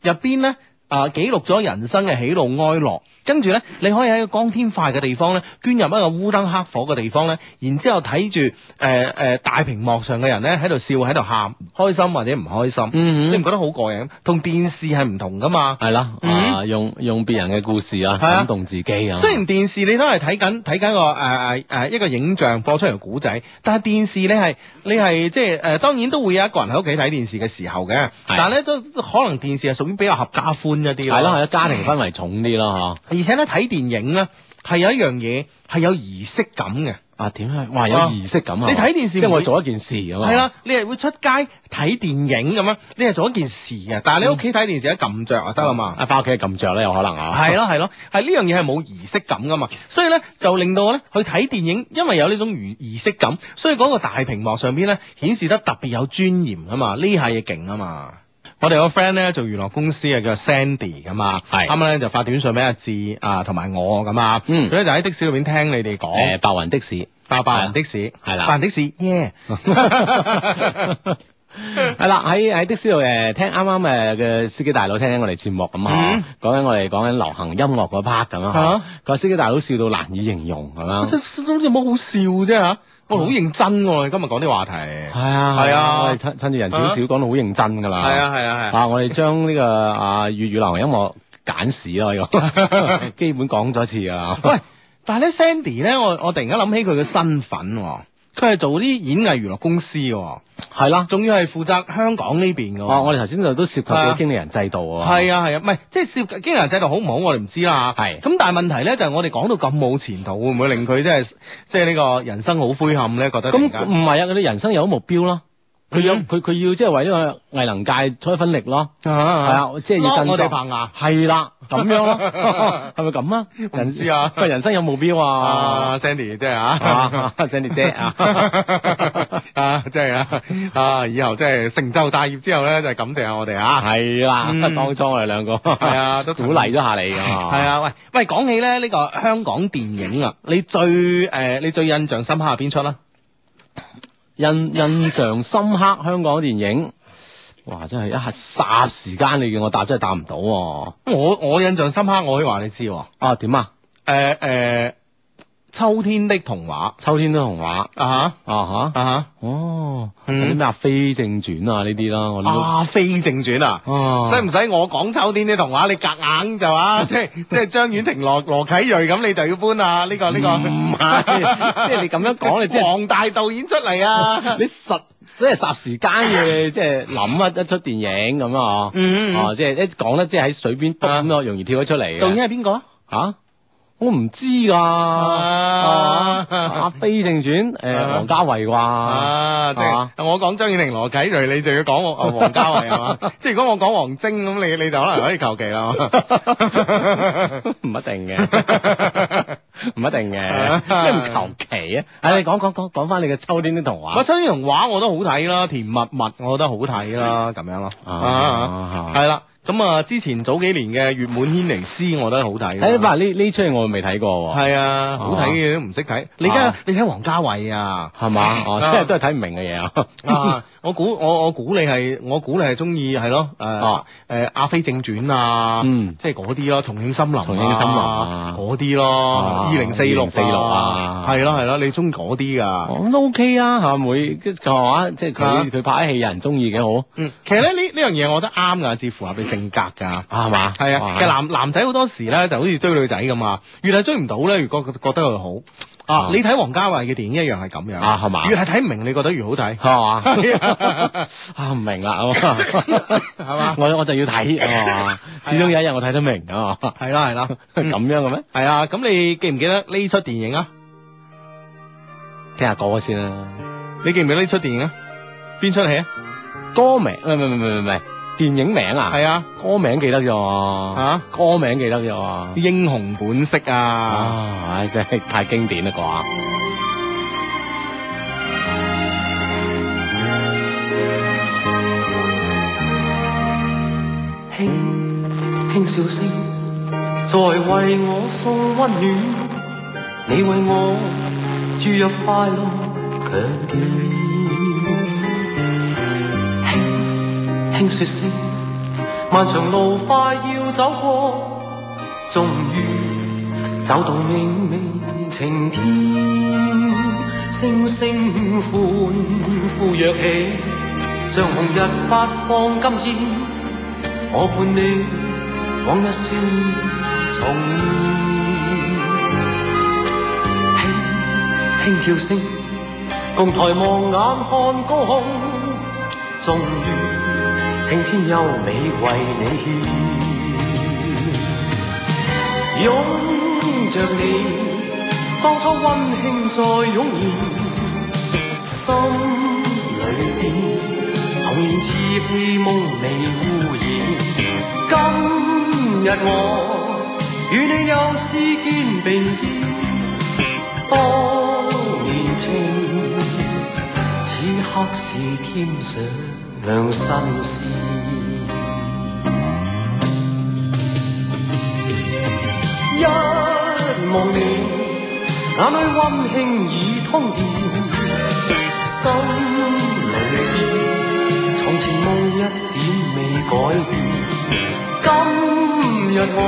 入邊咧。啊！記錄咗人生嘅喜怒哀樂，跟住咧，你可以喺一個光天化日嘅地方咧，捐入一個烏燈黑火嘅地方咧，然之後睇住誒誒大屏幕上嘅人咧喺度笑喺度喊，開心或者唔開心，
嗯哼
你唔覺得好過癮？同電視係唔同噶嘛。
係啦，
嗯
啊，用用別人嘅故事啊，
係啊
感動自己啊。
雖然電視你都係睇緊睇緊個誒誒誒呃一個影像播出嚟嘅古仔，但係電視你係你係即係誒當然都會有一個人喺屋企睇電視嘅時候嘅，但係咧都都可能電視係屬於比較合家歡一啲咯。
係咯係咯，家庭氛圍重啲咯，
而且咧睇電影咧係有一樣嘢係有儀式感嘅。
嗬。啊點啊？哇有
啊
儀式感啊！
你睇電視
即係
唔會
我做一件事咁啊。
係啦，你係會出街睇電影咁樣，你係做一件事嘅，但係你喺屋
嗯
企睇電視一撳着就得啦嘛。
啊翻屋企撳着咧有可能啊。
係咯係咯，係呢樣嘢係冇儀式感噶嘛，所以咧就令到咧去睇電影，因為有呢種儀儀式感，所以嗰個大屏幕上邊咧顯示得特別有尊嚴啊嘛，呢下嘢勁啊嘛。我哋有個 friend 咧做娛樂公司啊，叫 Sandy 咁啊，
係
啱啱咧就發短信俾阿志啊同埋我咁啊，
嗯
佢咧就喺的士裏邊聽你哋
誒
講，
白雲的士。
八百人的士
係啦
白人的士 耶，
係啦，喺喺的士度誒聽啱啱誒嘅司機大佬聽緊我哋節目咁
嗯
啊，講緊我哋講緊流行音樂嗰 part 咁啊
啊，
個司機大佬笑到難以形容咁
都
樣。
有冇好笑啫嚇？我好認真喎，今日講啲話題，係
係啊
係啊
我哋趁趁住人少少講到好認真㗎啦。
係啊
啊，我哋將呢個啊粵語流行音樂簡史 咯，呢個基本講咗一次㗎啦。
喂，但係咧 Sandy 咧，我我突然間諗起佢嘅身份喎、佢係做啲演藝娛樂公司嘅喎，
係啦。
仲要係負責香港呢邊嘅喎。
哦，我哋頭先就都涉及
啊係啊
到經理人制度喎。
係啊係啊，唔係即係涉經人制度好唔好，我哋唔知啦。
係
咁，但係問題咧就係我哋講到咁冇前途，會唔會令佢即係即係呢個人生好灰暗咧？覺得
咁
突然間
唔係啊，佢哋人生有目標咯。佢有
嗯
佢佢要即係為呢個藝能界出一分力咯。係
啊
啊，即係要
攞
振
我哋
作
棚牙。
係啦，咁樣 咯，係咪咁啊？
唔
人
知啊
喂人生有目標
啊
啊，
，Sandy 即係啊，
啊，Sandy 姐啊，
啊，即係啊，啊，以後即係成就大業之後咧，就係感謝下我哋啊。
係啦，
嗯
當初我哋兩個
係啊都
鼓勵咗下你啊，
係，啊，喂喂，講起咧呢個香港電影啊，你最誒、呃你最印象深刻係邊出啦？
印印象深刻香港電影，哇！真係一下霎時間你叫我答真係答唔到喎，
我我印象深刻，我可以話你知喎。
啊點啊？
誒誒，呃秋天的童話
秋天的童話
啊
啊
嚇啊
嚇，哦，嗰
嗯
啲咩啊非正傳啊呢啲啦，我
嚇
哋
啊非正傳啊！
都啊
使唔使我講秋天的童話？你夾硬就 啊，即係即係張婉婷、羅羅啟瑞咁，你就要搬啊！呢個呢個
唔係，即係你咁樣講，你即係
黃大導演出嚟啊！
你實即係霎時間嘅，即係諗一一出電影咁啊，
嗯
哦，即係一講得即係喺水邊卜咁樣，容易跳咗出嚟
導
嘅。
演係邊個啊？
嚇，我唔知㗎，
哦
啊 啊非正傳誒
啊
王家衞啩，
啊，即
啊
係我講張婉婷、羅啟瑞，你就要講我啊王家衞係嘛？ 即係如果我講王晶咁，你你就可能可以求其 啦。
唔一定嘅， 唔一定
啊
嘅，咩唔求其啊？誒，你講講講講翻你嘅秋天啲童
我
話，
秋天童話我都好睇啦，甜蜜蜜我覺得好睇啦，咁樣咯。
啊
係啦。咁啊，之前早幾年嘅《月滿軒尼詩》，我覺得好睇啦。
誒，嗱呢呢出戲我未睇過喎，
係啊，好睇嘅都唔識睇。你而家
啊
你睇王家衞啊？
係嘛？哦，
啊
即係都係睇唔明嘅嘢啊。
啊！我估我我估你係我估你係中意係咯誒
啊
誒《阿飛正傳》啊，
嗯
即係嗰啲咯，《重慶森林》
重慶森林啊
嗰啲咯，
啊
二零四六
2046啊
係咯係咯，你中意嗰啲㗎？
咁都 OK 啊，嚇每即係話，即係
啊
佢佢拍啲戲有人中意嘅好
嗯，其實咧呢呢樣嘢我覺得啱㗎，至符合你性格㗎。
啊，係嘛？
係啊，
哇
其實男男仔好多時咧就好似追女仔咁啊，越係追唔到咧，越覺覺得佢好。啊
啊，
你睇王家衞嘅電影一樣係咁樣
啊係嘛
越係睇唔明，你覺得越好睇。
係嘛？ 啊唔明啦，係
係 嘛
我我就要睇，係嘛？始終有一日我睇得明啊，嘛
係啦係啦，
咁樣嘅咩？
係啊，咁你記唔記得呢出電影啊？
聽下歌先啦，
你記唔記得呢出電影啊？邊出戲啊？
歌名唔係唔係唔係唔係電影名啊，
係啊，
歌名記得咗
啊
喎，歌名記得
《
咗喎，
英雄本色》啊，
啊，唉真係太經典啦啩，
輕輕笑聲，在為我送温暖。你為我注入快樂強電。輕輕説聲，漫長路快要走過，終於走到明明晴天。聲聲歡呼躍起，像紅日發放金箭。我伴你往日笑重現，輕輕叫聲，共抬望眼看高空，終於晴天優美為你獻，擁着你，當初温馨再湧現，心裏邊。童年似被夢未污染。今日我與你又試肩並肩，當年情，此刻是添上兩心事。一望你，眼裏溫馨已通電，心裏邊從前夢一點未改變。今日我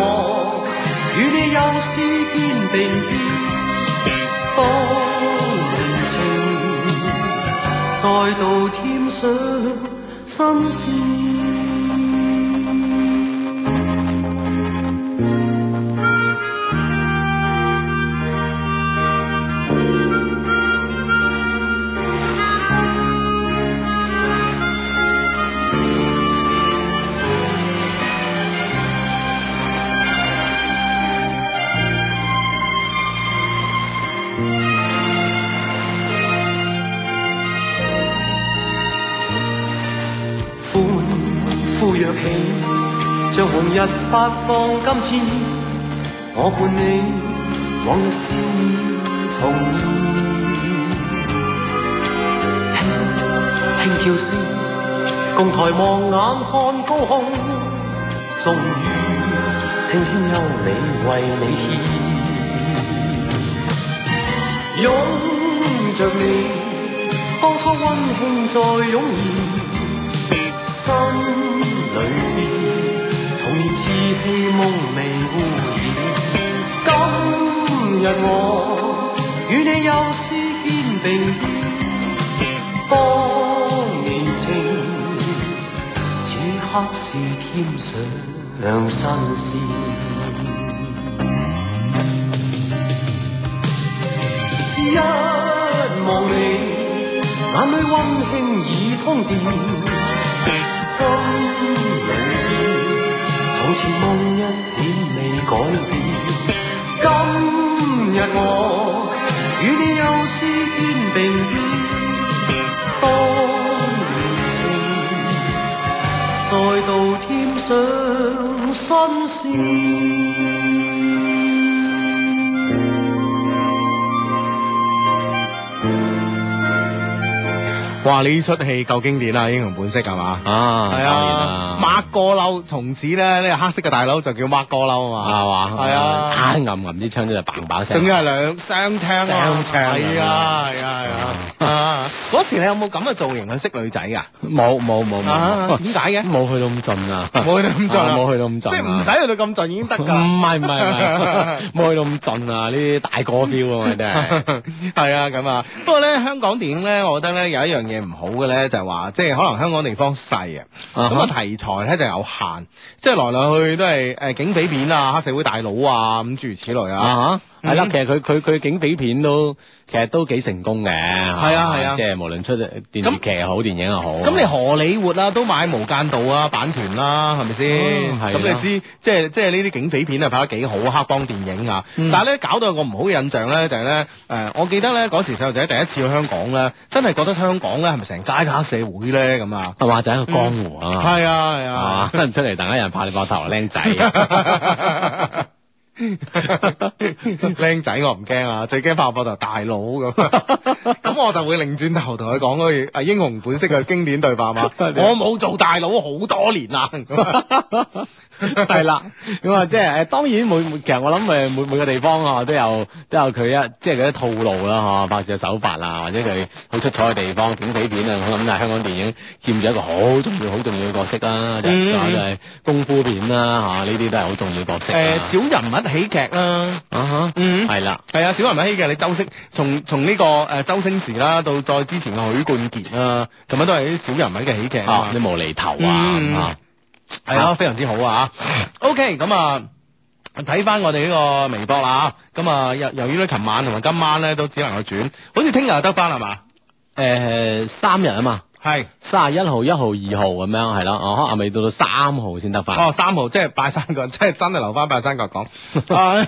與你又試肩並肩，當年情再度添上新鮮。
啊
躍起，像紅日發放金錢，我伴你往日笑面重現，輕輕叫聲，共抬望眼看高空，終於青天有你為你獻，擁着你，當初溫馨再湧現。心裏邊，童年稚氣夢未污染。今日我與你幼師肩並肩，當年情，此刻是添上兩新鮮。一望你，眼裏溫馨已通電。心裏邊，從前夢一點未改變，今日我與你幼師肩並肩，當年情再度添上新鮮。
哇！呢出戲夠經典啦，《英雄本色》係嘛？
啊，
係啊，
馬
抹過褸，從此咧呢個黑色嘅大褸就叫抹過褸啊嘛。
係嘛？
係啊
啊暗暗啲槍咧就砰砰 聲
仲。要係兩雙槍啊！
雙槍啊
係啊，係啊，係啊！ 啊嗰時你有冇咁嘅造型去識女仔啊？
冇冇冇
啊
冇，
點解嘅
冇去到咁盡啊！
冇去到咁盡啊
啊冇去到咁盡啊，
即係唔使去到咁盡已經得㗎
唔
啦。
係唔係 唔係，冇去到咁盡啊！呢啲大哥 feel 啊嘛，真係。
係啊，咁啊，不過咧，香港電影咧，我覺得咧有一樣嘢唔好嘅咧，就係話，即係可能香港地方細啊，
啊哈
咁啊題材咧就有限，即係來來去去都係誒警匪片啊、黑社會大佬啊咁諸如此類啊。
啊嚇，係啦，
嗯
其實佢佢佢警匪片都其實都幾成功嘅，係
啊係啊
即係無論出電視劇又好，電影又好，
咁你荷里活啦、啊，都買《無間道》啊、版權啦、係咪先？
嗯係啊
咁、你知即係即係呢啲警匪片啊拍得幾好，黑幫電影啊。
嗯
但係咧搞到有個唔好嘅印象咧，就係咧誒，我記得咧嗰時細路仔第一次去香港咧，真係覺得香港咧係咪成街都黑社會咧咁啊？
係嘛就係一個江湖啊，
係啊係
啊
啊，
唔 出嚟，等一人拍你膊頭，僆仔，
僆仔我唔驚啊，最驚拍我膊頭大佬 咁，咁我就會擰轉頭同佢講嗰句啊英雄本色嘅經典 對白嘛，我冇做大佬好多年 啦，
係啦，咁啊即係誒當然每每其實我諗誒每每個地方啊都有都有佢一即係佢啲套路啦嚇，拍攝嘅手法啊，或者佢好出彩嘅地方，警匪片啊，我諗就係香港電影佔住一個好重要好重要嘅角色啦，就係
嗯
就係功夫片啦嚇，呢啲都係好重要角色
誒
啊
小人物喜劇啦，
啊哈。
嗯。
係啦，
係啊，小人物喜劇，你周星從從呢、個誒、周星馳啦，到再之前嘅許冠傑啦，咁樣都係啲小人物嘅喜劇啊
啊
嘛，
啲無厘頭啊，
嗯
咁啊
係啊，非常之好啊！OK，咁啊。睇翻我哋呢個微博啦嚇咁啊由由於咧琴晚同埋今晚咧都只能夠轉，好似聽日就得翻係嘛？
誒三日啊嘛，
係，
三十一號、一號、二號咁樣係啦，哦，可能未到到三號先得翻。
哦三號即係拜山 腳，即係真係留翻拜山腳 講。啊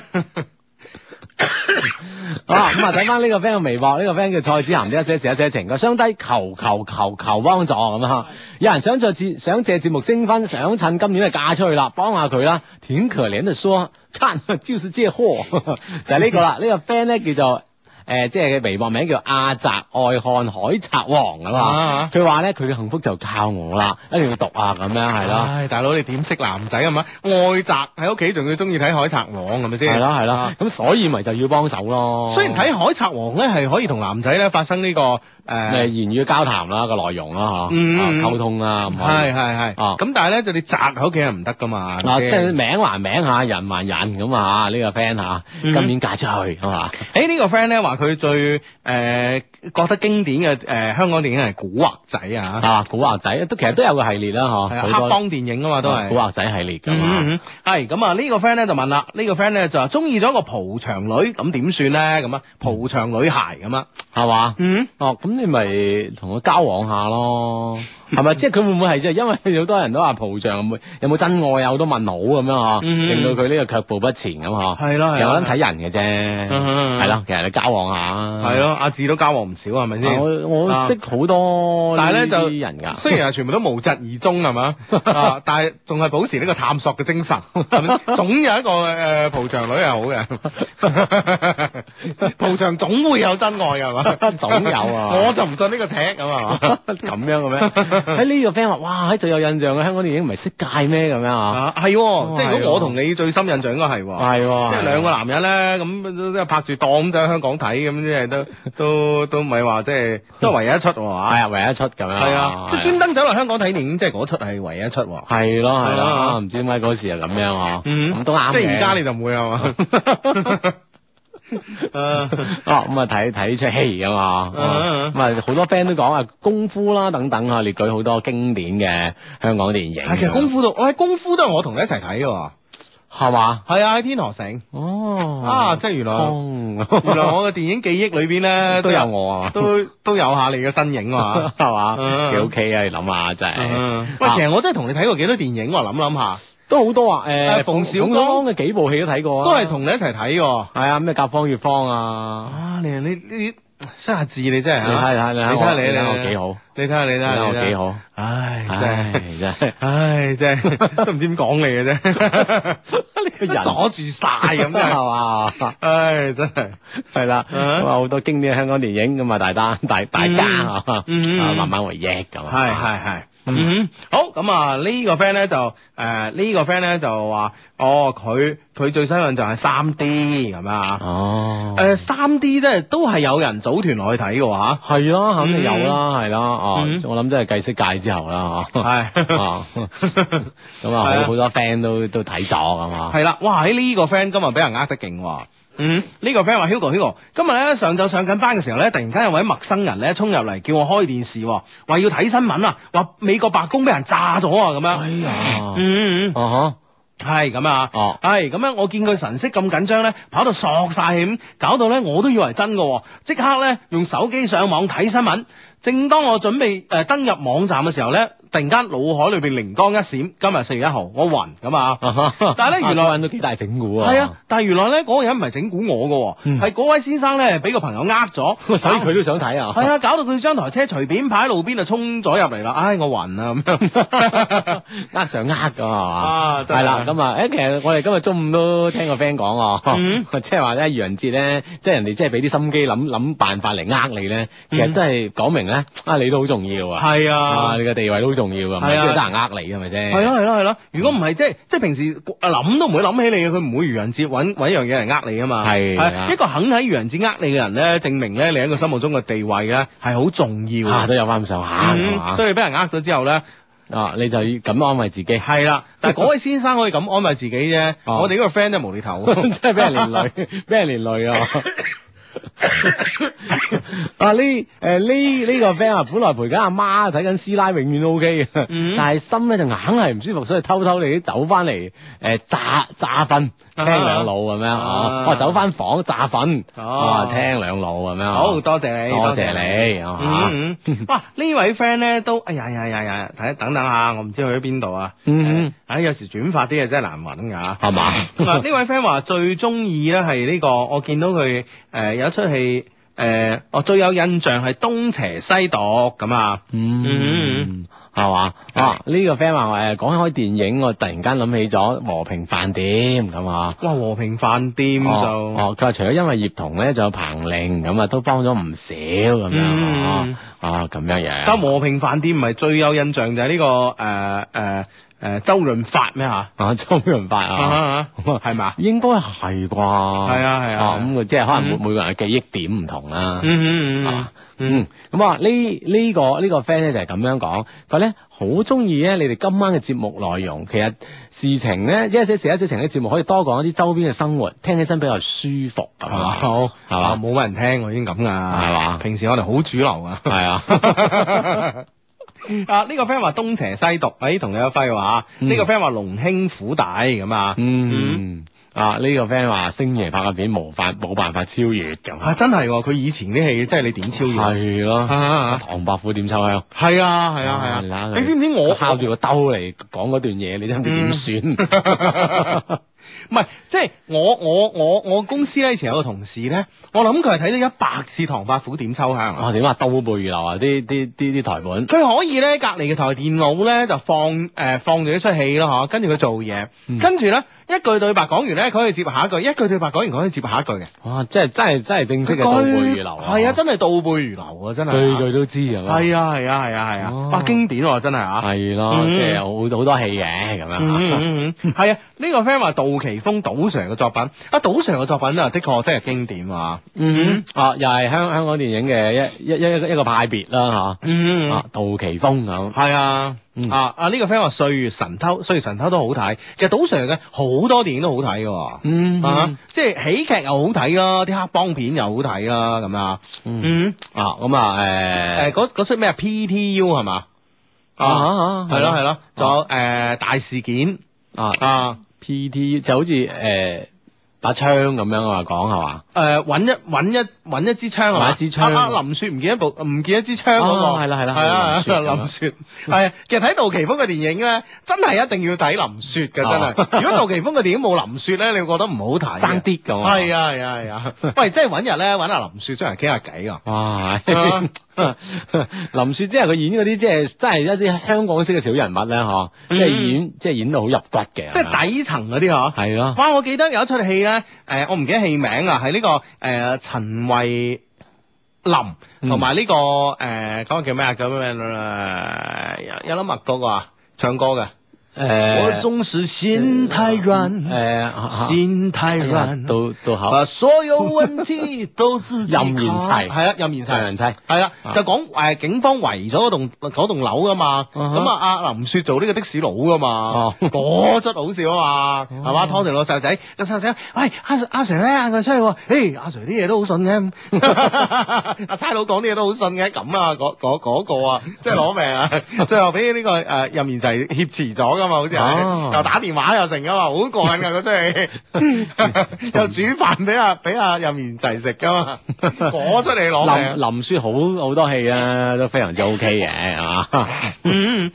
啊，咁啊睇翻呢個 friend 嘅微博，呢、個 friend 叫蔡子涵，一些事一些情，個雙低求求求求幫助咁啊！有人想再節想借節目徵婚，想趁今年就嫁出去啦，幫下佢啦，挺可憐就說，看 就是借貨， 就係呢個啦。呢、個 friend 咧叫做。誒、即係佢微博名叫阿澤愛漢海賊王咁
啊
啊！佢話咧，佢嘅幸福就靠我啦，一定要讀啊咁樣係咯。
唉，大佬你點識男仔啊嘛？愛澤喺屋企仲要中意睇《海賊王》係咪先？
係啦係啦，咁所以咪就要幫手咯。
啊雖然睇《海賊王》咧係可以同男仔咧發生呢、個誒。
誒言語交談啦個內容啦
嗯
嚇，啊溝通啦咁可以
係係係，
啊
咁但係咧就你宅喺屋企係唔得噶嘛，係咪
啊，即
先
係名還名嚇，人還人咁啊呢個 friend 嚇，
嗯
今年嫁出去 係嘛？
誒呢個 friend 咧話佢最誒、呃、覺得經典嘅誒、呃香港電影係《古惑仔》啊，
啊，古惑仔都其實都有個系列啦
係
嚇，
啊
好
黑
多
幫電影啊嘛都係。
古惑仔系列咁啊。
嗯嗯嗯，係咁啊！呢個 friend 咧就問啦，呢個 friend 咧就話中意咗個蒲場女，咁點算咧？咁啊，蒲場女孩咁啊，
係嘛？
嗯，
哦，咁你咪同佢交往下咯，係咪？即係佢會唔會係即係因為好多人都話蒲場會有冇真愛啊，好多問號咁樣啊，
嗯
令到佢呢個卻步不前咁啊。
係咯係咯
其實我諗睇人嘅
嗯嗯嗯
啫，係咯，其實你交往下。
啊係咯，阿志都交往唔少係咪先？
啊
啊
我我識好多
但係咧
呢
就
啲人㗎，
雖然係全部都無疾而終係 嘛，啊但係仲係保持呢個探索嘅精神，係 咪總有一個誒、呃蒲場女係好嘅， 蒲場總會有真愛嘅係嘛，
總有啊
我就唔信呢個尺 咁啊 嘛，
咁樣嘅咩？喺呢個 friend 話：，哇！喺最有印象嘅香港電影唔係色戒咩咁樣啊？
啊係喎，即係如
係
果
喎
我同你最深印象應該係喎。
係喎，
即哦係兩個男人咧，咁都都拍住檔咁就喺香港睇，咁即係 都都都唔係話即係嗯都係唯一一出喎
係啊，唯一出咁樣。
係啊，即係專登走嚟香港睇電影，即係嗰出係唯一一出喎。
係咯係
係啊
咯，唔知點解嗰時係咁樣啊？
嗯
咁都啱
即係而家你
你
就唔會係 嘛？
哦咁啊睇睇出戲啊嘛，
嗯嗯嗯
哦咁啊好多 friend 都講啊功夫啦等等啊，列舉好多經典嘅香港電影。
係啊其實功夫都，我喺功夫都係我同你一齊睇嘅喎。
係嘛？
係啊，喺天河城
哦
啊，即係原來
哦
原來我嘅電影記憶裏邊咧
都有，我啊，
都都有下你嘅身影 啊嘛。
係 嘛？
嗯
幾 OK 啊！你諗下真係
嗯。喂，
啊
其實我真係同你睇過幾多電影喎，諗諗下，
都好多啊！
誒，
誒
馮小剛
嘅幾部戲都睇過啊，
都係同你一齊睇喎。
係啊，咩甲方乙方啊，
啊！你你你真係字你真係
你
啊
睇下你睇下
你睇下
我
你
你睇下
你
我幾好，
你睇下你睇
你
下
睇我幾
好，
好，
唉
唉
真係。
真 係。
唉，真係 都唔知點講你嘅 啫，
你個
阻住晒咁真 係，
係嘛？
唉，真係，
係 啦，
嗯
咁啊好多經典嘅香港電影咁啊，大單大大家啊，啊
嗯
慢慢回憶咁啊。
係係係。嗯哼，好咁啊！呢個 friend 咧就誒呢個 friend 咧就話，哦佢佢最新印象就係三 D 咁啊，
哦，
誒三 D 真係都係有人組團落去睇嘅話，
係咯，肯定有啦，係啦，哦
嗯，
我諗都係計色戒之後啦，嗬
係。
哦，咁啊，好好多 friend 都都睇咗咁啊。
係啦，哇！喺呢個 friend 今日俾人呃得勁喎。嗯，呢、個 friend 話 Hugo Hugo，今日咧上晝上緊班嘅時候咧，突然間有位陌生人咧衝入嚟叫我開電視喎，話要睇新聞啊，話美國白宮俾人炸咗啊咁樣。
哎呀
嗯嗯嗯，
哦
係咁啊，
哦
係咁樣，我見佢神色咁緊張咧，跑到索晒氣咁，搞到咧我都以為係真嘅喎，即刻咧用手機上網睇新聞。正當我準備誒、呃登入網站嘅時候咧，突然間腦海裏邊靈光一閃，今日四月一號，我暈咁啊。
呵，
但係咧原來
啊嗰個人都幾大整蠱啊。
係啊，，但係原來咧嗰個人唔係整蠱我嘅喎，
嗯
係嗰位先生咧俾個朋友呃咗，
所以佢都想睇啊。
係啊，搞到佢將台車隨便擺喺路邊就衝咗入嚟啦，唉，我暈啊咁樣，
呃上呃噶係嘛
啊？真係
係啦，咁啊，誒，其實我哋今日中午都聽個 friend 講
嗯
喎， 即係話咧愚人節咧，即係人哋即係俾啲心機諗諗辦法嚟呃你咧，其實
嗯
都係講明咧，啊，你都好重要啊，
係
啊，
啊
你。嘅地位都好重要噶，唔係
係啊
邊度得人呃你係咪 先？
係咯係咯係咯，如果唔係即係即係平時呃諗都唔會諗起你嘅，佢唔會愚人節揾揾樣嘢嚟呃你啊嘛。
係啊
一個肯喺愚人節呃你嘅人咧，證明咧你喺佢心目中嘅地位咧係好重要
啊，都有翻咁上下係
嗯
嘛
所以你俾人呃咗之後咧，
啊，你就要咁安慰自己，
係啦，但係嗰位先生可以咁安慰自己啫，
哦
我哋呢個 friend 真係無厘頭。
真係俾人 連累，俾人連累啊！啊呢誒呢呢個 friend 啊，本來陪緊阿媽睇緊師奶，永遠都 OK 嘅，
嗯
但係心咧就硬係唔舒服，所以偷偷地走翻嚟誒炸炸瞓，聽兩老咁樣
啊
哦，我走翻房炸瞓，
哦
哦聽兩老咁樣，哦
好多謝你，
多謝你啊
嗯嗯，哇！呢位 friend 咧都，哎呀呀呀呀，睇等等下，我唔知去咗邊度啊。
嗯
唉，有時轉發啲嘢真係難揾㗎。啊
係嘛？
嗱，呢位 friend 話最中意咧係呢個，我見到佢誒、呃有一出戲誒、呃我最有印象係東邪西毒咁啊。嗯
嗯，係嘛？啊呢個 friend 話誒講開電影，我突然間諗起咗和平飯店咁啊。
哇！和平飯店就。
哦，哦佢話除咗因為葉童咧，仲有彭玲咁啊，都幫咗唔少咁樣
嗯
哦，哦咁樣樣。
但和平飯店唔係最有印象就係呢、個誒誒誒周潤發咩嚇？
啊，周潤發啊，
啊係 嘛？
應該係啩？係
啊係啊係啊
咁佢即係可能每
嗯
每個人嘅記憶點唔同啦。
嗯
啊
嗯
嗯，咁啊呢呢個呢個 friend 咧就係咁樣講，佢咧好中意咧你哋今晚嘅節目內容，其實事情咧一些事一些情嘅節目可以多講一啲周邊嘅生活，聽起身比較舒服咁
係
啊
嘛？。好
係嘛
啊冇乜人聽我已經咁㗎，係
係嘛
平時我哋好主流 啊。
係啊。
啊！呢、個 friend 話東哎邪西毒，誒、同你有輝話，呢、
嗯
個 friend 話龍兄虎弟咁啊，
嗯，啊呢個 friend 話星爺拍嘅片無法冇辦法超越咁
啊
啊，
真係喎，佢以前啲戲真係你點超越啊？
係咯，
啊
唐伯虎點秋香。
係啊係啊係啊！你知唔知我嗯
靠住個兜嚟講嗰段嘢，你真係唔知點 算？
唔係，即係我我我我公司咧以前有個同事咧，我諗佢係睇咗一百次《唐伯虎點秋香》啊
哇！！點啊，兜背流啊！啲啲啲啲台本
佢可以咧，隔離嘅台電腦咧就放誒、呃放住一出戲咯，嗬，跟住佢做嘢，
嗯
跟住咧一句對白講完咧，佢可以接下一句；一句對白講完，佢可以接下一句嘅。
哇！真係真係真係正式嘅倒背如流啊！
係啊，真係倒背如流啊，真係。
句句都知係嘛？
係啊係啊係啊係啊，
哦
哇經典喎真係啊！
係咯，
嗯
即係好好多戲嘅咁樣。
嗯嗯嗯，係啊！呢個 friend 話杜琪峰賭 Sir 嘅作品，啊賭 Sir 嘅作品啊，的確真係經典啊！
嗯，啊，又係香香港電影嘅一一一一個一個派別啦
嗯
嚇，啊，杜琪峰咁。
係啊，
嗯
啊啊呢個 friend 話《歲月神偷》，《歲月神偷》都好睇，其實賭 Sir 嘅好多電影都好睇嘅喎。
嗯
啊
啊，
即係喜劇又好睇啦，啲黑幫片又好睇啦，咁啊，
嗯
嗯，
啊咁啊
誒
誒
嗰嗰出咩啊 PTU 係嘛？啊，
啊
係咯係咯，仲有誒大事件
啊
啊，
P.T. 就好似誒把槍咁樣啊，講係嘛？
誒揾一揾一揾一支槍係嘛？
揾一支槍
啊啊林雪唔見一部唔見一支槍嗰
哦
個，
係啦係啦
係啊
係啦
林
林
雪係啊，其實睇杜琪峰嘅電影咧，真係一定要睇林雪嘅真係。如果杜琪峰嘅電影冇林雪咧，你會覺得唔好睇嘅。
啊爭啲咁啊
係啊係啊係啊！喂，即係揾日咧揾阿林雪出嚟傾下偈啊！
哇！林雪即係佢演嗰啲，即係真係一啲香港式嘅小人物咧，嗬，即係演即係演到好入骨嘅，
即係底層嗰啲嗬。
係咯，
哇！我記得有一出戲咧，誒、我唔記得戲名啦，係呢、個誒、陳慧琳
嗯
同埋呢個誒嗰、個叫咩啊？叫咩誒有有粒麥嗰個啊，唱歌嘅。
誒
總是心
呃誒啊
心太
哎到到
把
口
啊所有問題 都自己
任賢
扛
齊
係啊，任賢齊
任賢齊
係啦，
啊
就講誒警方圍咗嗰棟嗰棟樓噶嘛，
嗯哼
咁啊阿林雪做呢個的士佬噶嘛
哦，
嗰出好笑啊嘛，係嘛拖住個細路仔，個細路仔喂阿 Sir- 阿 Sir 咧嗌佢出去喎，誒阿 Sir 啲嘢都好信 嘅， 咁阿差佬講啲嘢都好信嘅，咁啊嗰嗰嗰個啊，即係攞命啊， 最後俾呢個誒任賢齊挾持咗噶嘛，好似
哦
係又打電話又成噶嘛，好過癮噶嗰出戲，又煮飯俾阿俾阿任賢齊食噶嘛，嗰出嚟攞命啊
林。林雪好好多戲啊，都非常之 OK 嘅，係嘛？
嗯，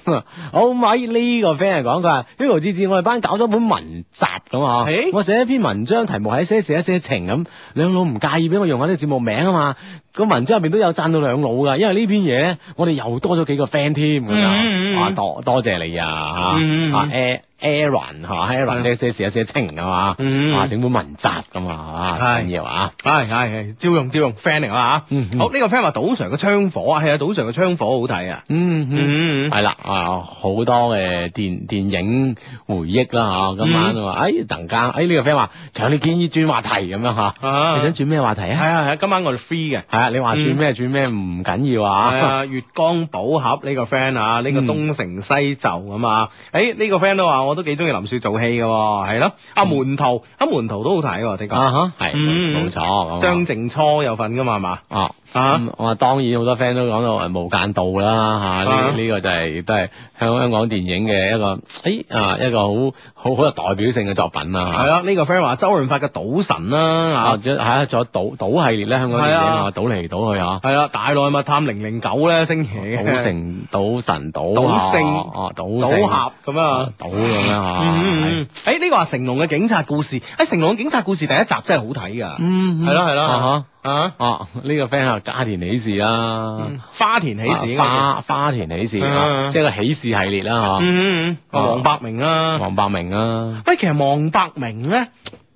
好咪呢個 friend 係講佢話，Hugo 志志，我哋班搞咗本文集咁啊
咦，
我寫一篇文章，題目係一些事一些情咁，兩老唔介意俾我用我啲節目名啊嘛，個文章入邊都有讚到兩老噶，因為呢篇嘢咧，我哋又多咗幾個 friend 添咁
嗯嗯嗯
啊，哇多多謝你啊
嗯嗯嗯
啊 A Aaron 係嘛，Aaron 一些事一些情啊嘛
嗯，
哇整本文集咁啊，係嘛
係
緊要啊，
係係係，照用照用，friend 嚟啦嚇。
嗯嗯
好呢個 friend 話賭場嘅槍火啊，係啊，賭場嘅槍火好睇啊。
嗯
嗯嗯
係啦，啊好多嘅電電影回憶啦嚇，今晚話，哎突然間，哎呢個 friend 話強烈建議轉話題咁樣
啊
嚇，你想轉咩話題
係
啊？
啊係啊，今晚我哋 free 嘅。
係啊，你話轉咩轉咩唔緊要
係
啊，
啊，月光寶盒呢個 friend 啊，呢個
嗯
東成西就啊嘛。誒呢個 friend 都話我都幾中意林雪做戲嘅喎，係咯。啊門徒啊門徒都好睇喎，的確。
嗯啊嚇，係
嗯
冇錯咁啊，
張靜初有份㗎嘛，係嘛？
啊
啊
咁我話當然好多 friend 都講到誒無間道啦嚇，
啊
呢呢個就係亦都係香香港電影嘅一個，誒啊一個好好好有代表性嘅作品啦嚇。
係啦，啊呢個 friend 話周潤發嘅賭神啦
啊，
嚇。
仲有係啊，仲有賭賭系列咧，香港電影
係啊
啊，賭嚟賭去啊。
係啦，大內密探零零九咧，星爺嘅
賭城、賭神、賭
賭
俠
聖
哦，賭
賭俠咁啊。
賭咁樣嚇，
嗯嗯嗯，誒呢個係成龍嘅警察故事，誒成龍嘅警察故事第一集真係好睇噶，
嗯
係咯係咯
啊，
啊，嗯
哈哦，呢個 friend 啊，家田喜事啦，啊
花田喜事應該叫，
花花田喜事
嗯
啊
嗯，
即係個喜事系列啦
嗯嗯嗯，
啊
黃百鳴
嚇，
啦，
黃百鳴啊，
喂，其實黃百鳴咧，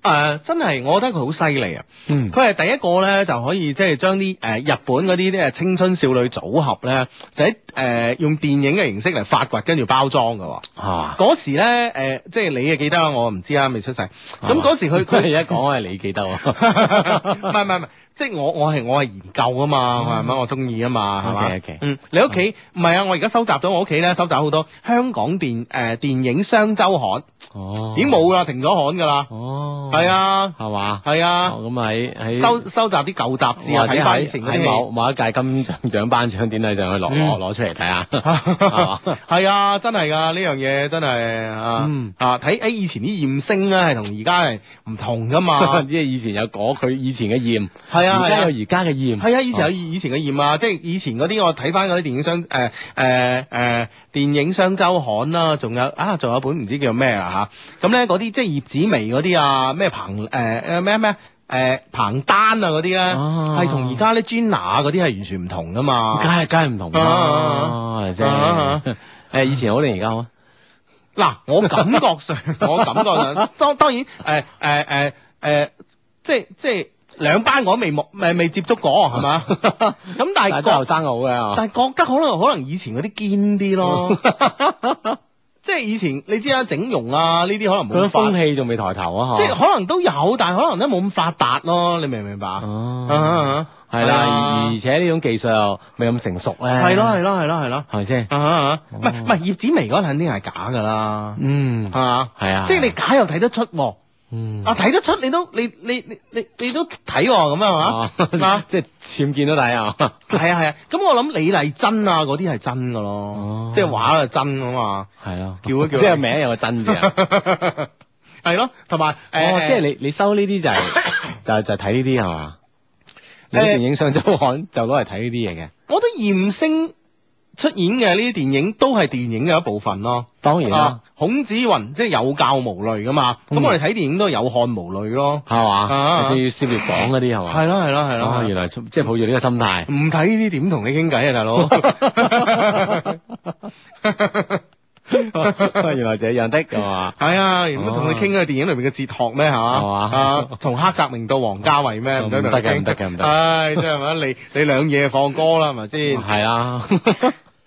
誒真係我覺得佢好犀利啊，
嗯，
佢係第一個咧就可以即係將啲誒日本嗰啲咧青春少女組合咧，就喺誒用電影嘅形式嚟發掘跟住包裝噶喎，
嚇，
嗰時咧誒即係你啊記得啦，我唔知啊未出世，咁嗰時佢
佢
佢
而家講係你記得 喎
唔係唔係唔係，即係我我係我係研究啊嘛，係咪？我中意啊嘛，係嘛
嗯 OK，OK
嗯，你屋企唔係啊？我而家收集到我屋企咧，收集好多香港電誒、呃、電影雙周刊。
哦，
已經冇啦，停咗刊㗎啦。
哦，
係，啊，
係嘛？
係啊，
哦，咁喺喺
收收集啲舊雜誌啊，
或者
睇翻以
喺
前嗰
喺
啲
某
戲。
某一屆金像獎頒獎典禮上去攞
嗯
攞攞出嚟睇下， 係嘛？
係啊，真係㗎，呢樣嘢真係啊
嗯
啊睇誒以前啲艷星咧係同而家係唔同㗎 嘛。
即係以前有嗰佢以前嘅厭，
係啊
而
係
家
啊
有而家嘅厭，
係啊，以前有
哦
以前嘅驗啊，即係以前嗰啲我睇翻嗰啲電影商誒誒誒電影商周刊啦，仲有啊，仲有本唔知叫咩啊嚇，咁咧嗰啲即係葉子楣嗰啲啊，咩彭誒誒咩咩誒彭丹啊嗰啲咧，
哦
係同而家咧 Jenna 嗰啲係完全唔同噶嘛
梗。係梗係唔同啦，係咪
啊
先？ 誒，以前好定而家好啊？
嗱，我感覺上，我感覺上，當 當然誒誒誒誒，即係即係兩班我未冇未未接觸過係 嘛，咁但係
但係都後生好嘅啊
但係覺得可能可能以前嗰啲堅啲咯， 即係以前你知啦，整容啊呢啲可能
佢
冇咁
種風
發，
氣仲未抬頭啊！
即係
係
可能都有，但係可能都冇咁發達咯，你明唔明白？啊
哦，
啊
係啦，而而且呢種技術又未咁成熟咧，
係咯係咯係咯係咯，
係咪先？
啊啊唔係
哦
唔係葉子楣嗰肯定係假㗎啦，
嗯，
係嘛？
係啊，
即係你假又睇得出喎，
嗯
啊睇得出你都你你你你你都睇喎咁啊係嘛？啊
哦 即係僭建都睇啊！
係啊係啊，咁我諗李麗珍啊嗰啲係真㗎咯
哦，
即係畫係真㗎嘛。
係咯，
叫一叫
即係名有個真字 啊！
係咯，同埋
哦，
誒，
即係你你收呢啲就係就就睇呢啲係嘛？你啲
誒
電影上周刊就攞嚟睇呢啲嘢嘅，
我覺得艷星出演嘅呢啲電影都係電影嘅一部分咯。
當然啦
啊，，孔子云即係有教無類噶嘛，咁
嗯
我哋睇電影都係有看無類咯。
係
啊
嘛？至涉獵黨嗰啲係嘛？
係咯係咯係
哦，
咯
原，來即係抱住呢個 心態。
唔睇呢啲點同你傾偈啊，大佬。
原來這樣的係嘛？
係啊，如果同你傾嘅電影裏邊嘅哲學咩嚇？
哦係嘛哦
啊，從黑澤明到王家衞咩？
唔
同你
得嘅
傾
唔得嘅唔得嘅
唉，真係咪？你 你兩嘢放歌啦，係咪先？
係啦。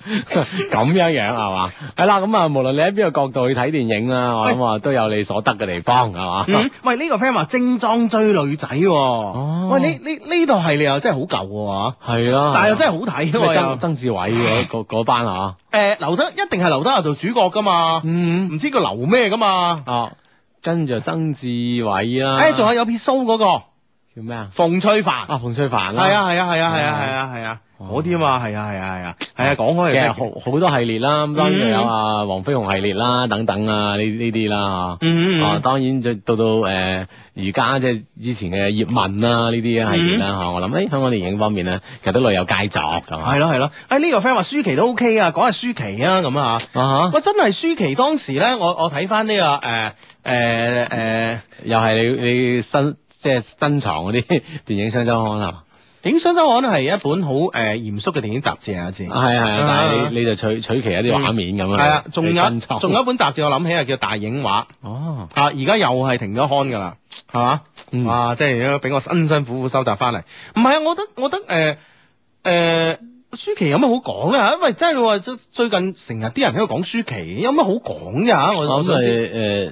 咁樣樣係嘛？係啦，咁啊，無論你喺邊個角度去睇電影啦，我諗啊都有你所得嘅地方係嘛？
嗯喂，呢個 friend 話精裝追女仔喎，
哦啊
喂，呢呢呢度系列又真係好舊嘅喎，
係啦，
但係又真係好睇
因為
喎
曾
又。
曾志偉嗰嗰嗰班啊，
誒，劉德一定係劉德華做主角噶嘛，
嗯
唔知佢劉咩噶嘛？哎
啊，跟住曾志偉啦，
誒，仲有有撇須嗰個
叫咩啊？
馮翠凡，
啊，馮翠凡啦，
係啊係啊係啊係啊係啊係啊，
哦
嗰啲啊嘛，係啊係啊係啊，係啊講開又
嘅
真係
好好多系列啦，咁當然
嗯
又有啊黃飛鴻系列啦，等等啊呢呢啲啦嚇。
嗯嗯嗯
啊，當然就到到誒而家即係以前嘅葉問啦呢啲啊系列
嗯
啦嚇，我諗誒香港電影方面咧，其實都屢有佳作咁啊
係。咯係咯，誒呢個 friend 話舒淇都 OK 啊，講下舒淇啊咁啊嚇，
啊哈，
喂真係舒淇當時咧，我我睇翻呢個呃誒誒誒
又係你你新即係珍藏嗰啲 電影雙周刊啊，
影相周刊係一本好誒嚴肅嘅電影雜誌啊，知
係啊係啊，但係
啊
你你就取取其一啲畫面咁啊，
係啊，仲有
你珍藏
仲有一本雜誌我諗起係叫《大影畫》啊，
哦，
而家又係停咗刊㗎啦，係嘛？
嗯
啊，即係俾我辛辛苦苦收集翻嚟。唔係啊，我覺得我覺得誒誒。舒淇有乜好講啊？因為真係話最最近成日啲人喺度講舒淇，有乜好講㗎？我我
咁
想知。
咪呃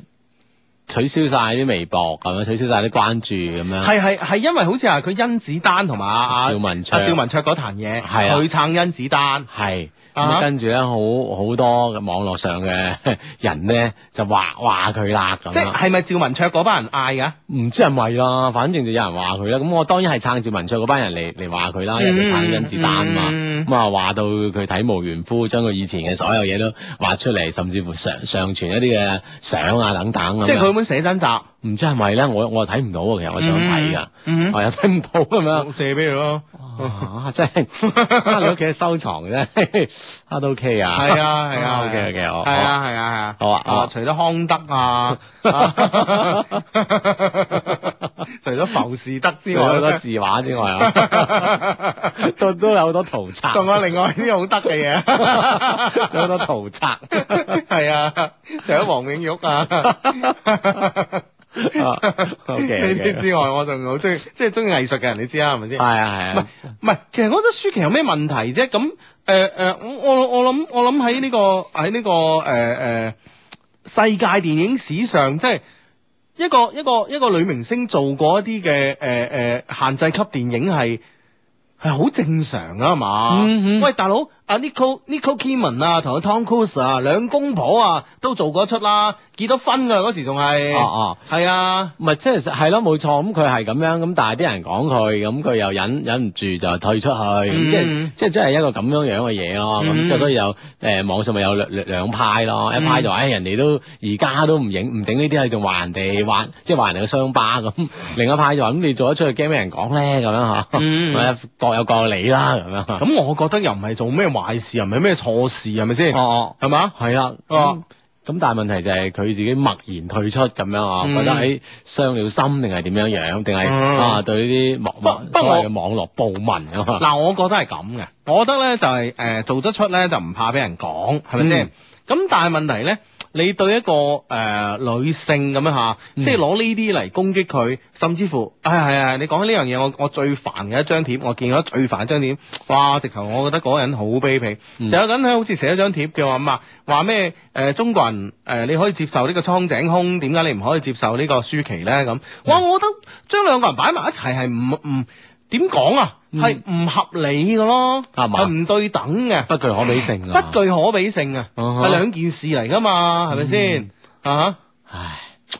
誒取消晒啲微博咁樣，取消晒啲關注咁樣。
係係係因為好似係佢甄子丹同埋阿阿
啊趙文卓
阿趙文卓嗰壇嘢，
係啊
佢撐甄子丹，
係。咁
啊哈
啊跟住咧，好好多嘅網絡上嘅人咧就話話佢啦咁啊
即係
樣，
係咪趙文卓嗰班人嗌㗎？
唔知係咪啦，反正就有人話佢啦。咁我當然係撐趙文卓嗰班人嚟嚟話佢啦，因為佢撐甄子丹嘛。
嗯
咁啊話到佢體無完膚，將佢以前嘅所有嘢都畫出嚟，甚至乎上上傳一啲嘅相啊等等咁樣。
即係佢本寫真集，我
唔知係咪咧？我我睇唔到啊，其實我想睇㗎，
嗯
我又睇唔到咁樣。
借俾佢咯。
啊！真 係啊，你屋企收藏嘅啫，啊都 OK 啊。
係啊 係啊
OK OK，好。
係啊係啊係啊，
好啊好啊
除咗康德啊， 啊除咗浮士德
除
之
咗好多
外，
字畫之外啊， 都都有好多圖冊，
仲
仲
有另外啲好得嘅嘢。
有好多圖冊。
係啊，除咗黃永玉 啊。 呢
O K O
啲
K。
之外，我仲好中意，即係中意藝術嘅人，你知啦，係咪先？
係啊
唔係
係
唔係，其實我覺得舒淇有咩問題啫？咁誒誒，我我我諗我諗喺呢個喺呢個誒誒、呃世界電影史上，即係一個一個一個女明星做過一啲嘅呃誒誒限制級電影係係好正常啊嘛。
嗯哼
喂，大佬誒、啊阿 Nico Nico Kimon 啊，同阿 Tom Cruise 啊，兩公婆啊都做過一出啦，結咗婚㗎嗰時仲係，
哦哦
係啊，
唔係即係係咯，冇錯。咁佢係咁樣，咁但係啲人講佢，咁佢又忍忍唔住就退出去，咁、
嗯
即係即係真係一個咁樣樣嘅嘢咯。咁
嗯
即係所以有誒、網上咪有兩兩兩派咯，一派就話唉人哋都而家都唔影唔整呢啲係仲話人哋話即係話人哋嘅 傷疤咁，另一派就話咁你做得出去驚俾人講咧 咁樣嚇，
嗯
咪各有各理啦咁樣。
咁我覺得又唔係做咩壞事，又唔係咩錯事，係咪先？
哦
係嘛？
係啦，咁
哦
咁但係問題就係佢自己默然退出咁樣啊，
嗯
覺得誒傷了心定係點樣樣，定係
嗯
啊對呢啲網
不
網
不
所
過
謂嘅網絡暴民啊嘛，
嗱，我覺得係咁嘅，我覺得咧就係、呃做得出咧就唔怕俾人講，係咪先？
嗯
咁、但係問題咧，你對一個誒、呃女性咁樣嚇，
嗯
即係攞呢啲嚟攻擊佢，甚至乎哎係係係，你講起呢樣嘢，我我最煩嘅一張帖，我見到最煩一張帖，哇！直頭我覺得嗰個人好卑鄙，
嗯
就有個人咧好似寫咗張帖叫話嘛，話咩誒中國人誒、呃你可以接受呢個蒼井空，點解你唔可以接受呢個舒淇咧咁？哇！
嗯
我覺得將兩個人擺埋一齊係唔唔點講啊？
嗯
係唔合理嘅咯，
係嘛
係唔對等嘅，
不具可比性啊，
不具可比性啊，
啊哈
係兩件事嚟噶嘛，係咪先？啊
唉。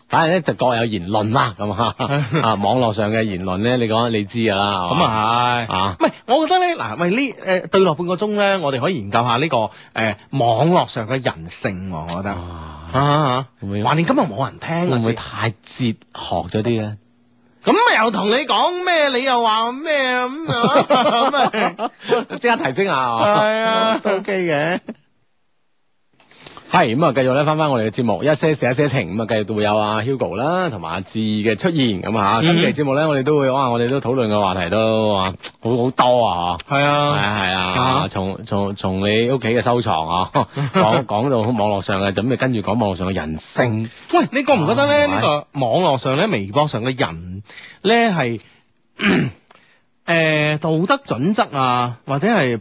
反正咧就各有言論啦，咁 啊，啊網絡上嘅言論咧，你講你知㗎啦，
哈，
係
咁
嘛
啊係，
啊
唔係我覺得咧嗱，喂呢誒對落半個鐘咧，我哋可以研究下呢個誒網絡上嘅人性喎，我覺得啊
啊，
啊，
會唔會
橫掂今日冇人聽
會
啊
唔會
先，
太哲學咗 啲咧？
咁咪又同你講咩？你又話咩咁啊？咁 啊
即刻提升下，
係啊
都 OK 嘅。係咁啊，繼續咧翻翻我哋嘅節目，一些事一些情咁啊，繼續會有阿 Hugo 啦，同埋阿志嘅出現咁啊。今
嗯
期節目咧，我哋都會哇，我哋都討論嘅話題都啊好好多啊。
係
係
啊。
啊係啊，
啊
從從從你屋企嘅收藏啊， 講講到網絡上嘅，咁你跟住講網絡上嘅人性，
喂，你覺唔覺得咧？
啊
呢個網絡上咧、微博上嘅人咧係 誒道德準則啊，或者係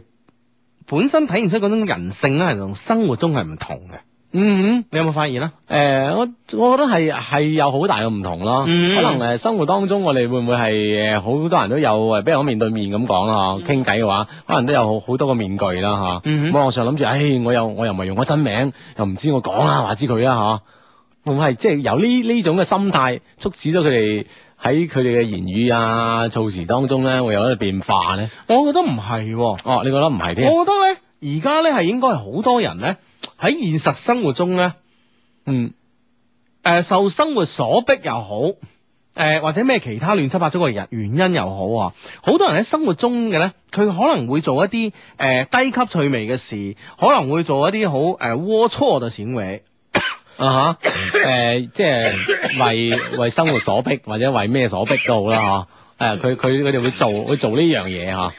本身體現出嗰種人性咧，係同生活中係唔同嘅。
嗯
你有冇發現啊？
誒、呃我我覺得係係有好大嘅唔同咯，
嗯
可能誒、生活當中我哋會唔會係誒好多人都有誒，比如講面對面咁講啦，嗬傾偈嘅話，可能都有好好多個面具啦，
嗯
嚇。網上諗住，唉，我又我又唔係用我真名，又唔知我講啦，話知佢啦，嚇。會唔會係即係由呢呢種嘅心態促使咗佢哋喺佢哋嘅言語啊、措辭當中咧，會有一啲變化咧？
我覺得唔係喎，
哦，你覺得唔係添？
我覺得咧而家咧係應該係好多人咧喺現實生活中咧。
嗯
誒、呃受生活所逼又好，誒、或者咩其他亂七八糟嘅人原因又好啊，好多人喺生活中嘅咧，佢可能會做一啲誒、呃低級趣味嘅事，可能會做一啲好誒龌龊嘅行為。
啊 嚇，誒、即係為為生活所迫，或者為咩所迫都好啦嚇。誒、佢佢佢哋會做會做呢樣嘢嚇。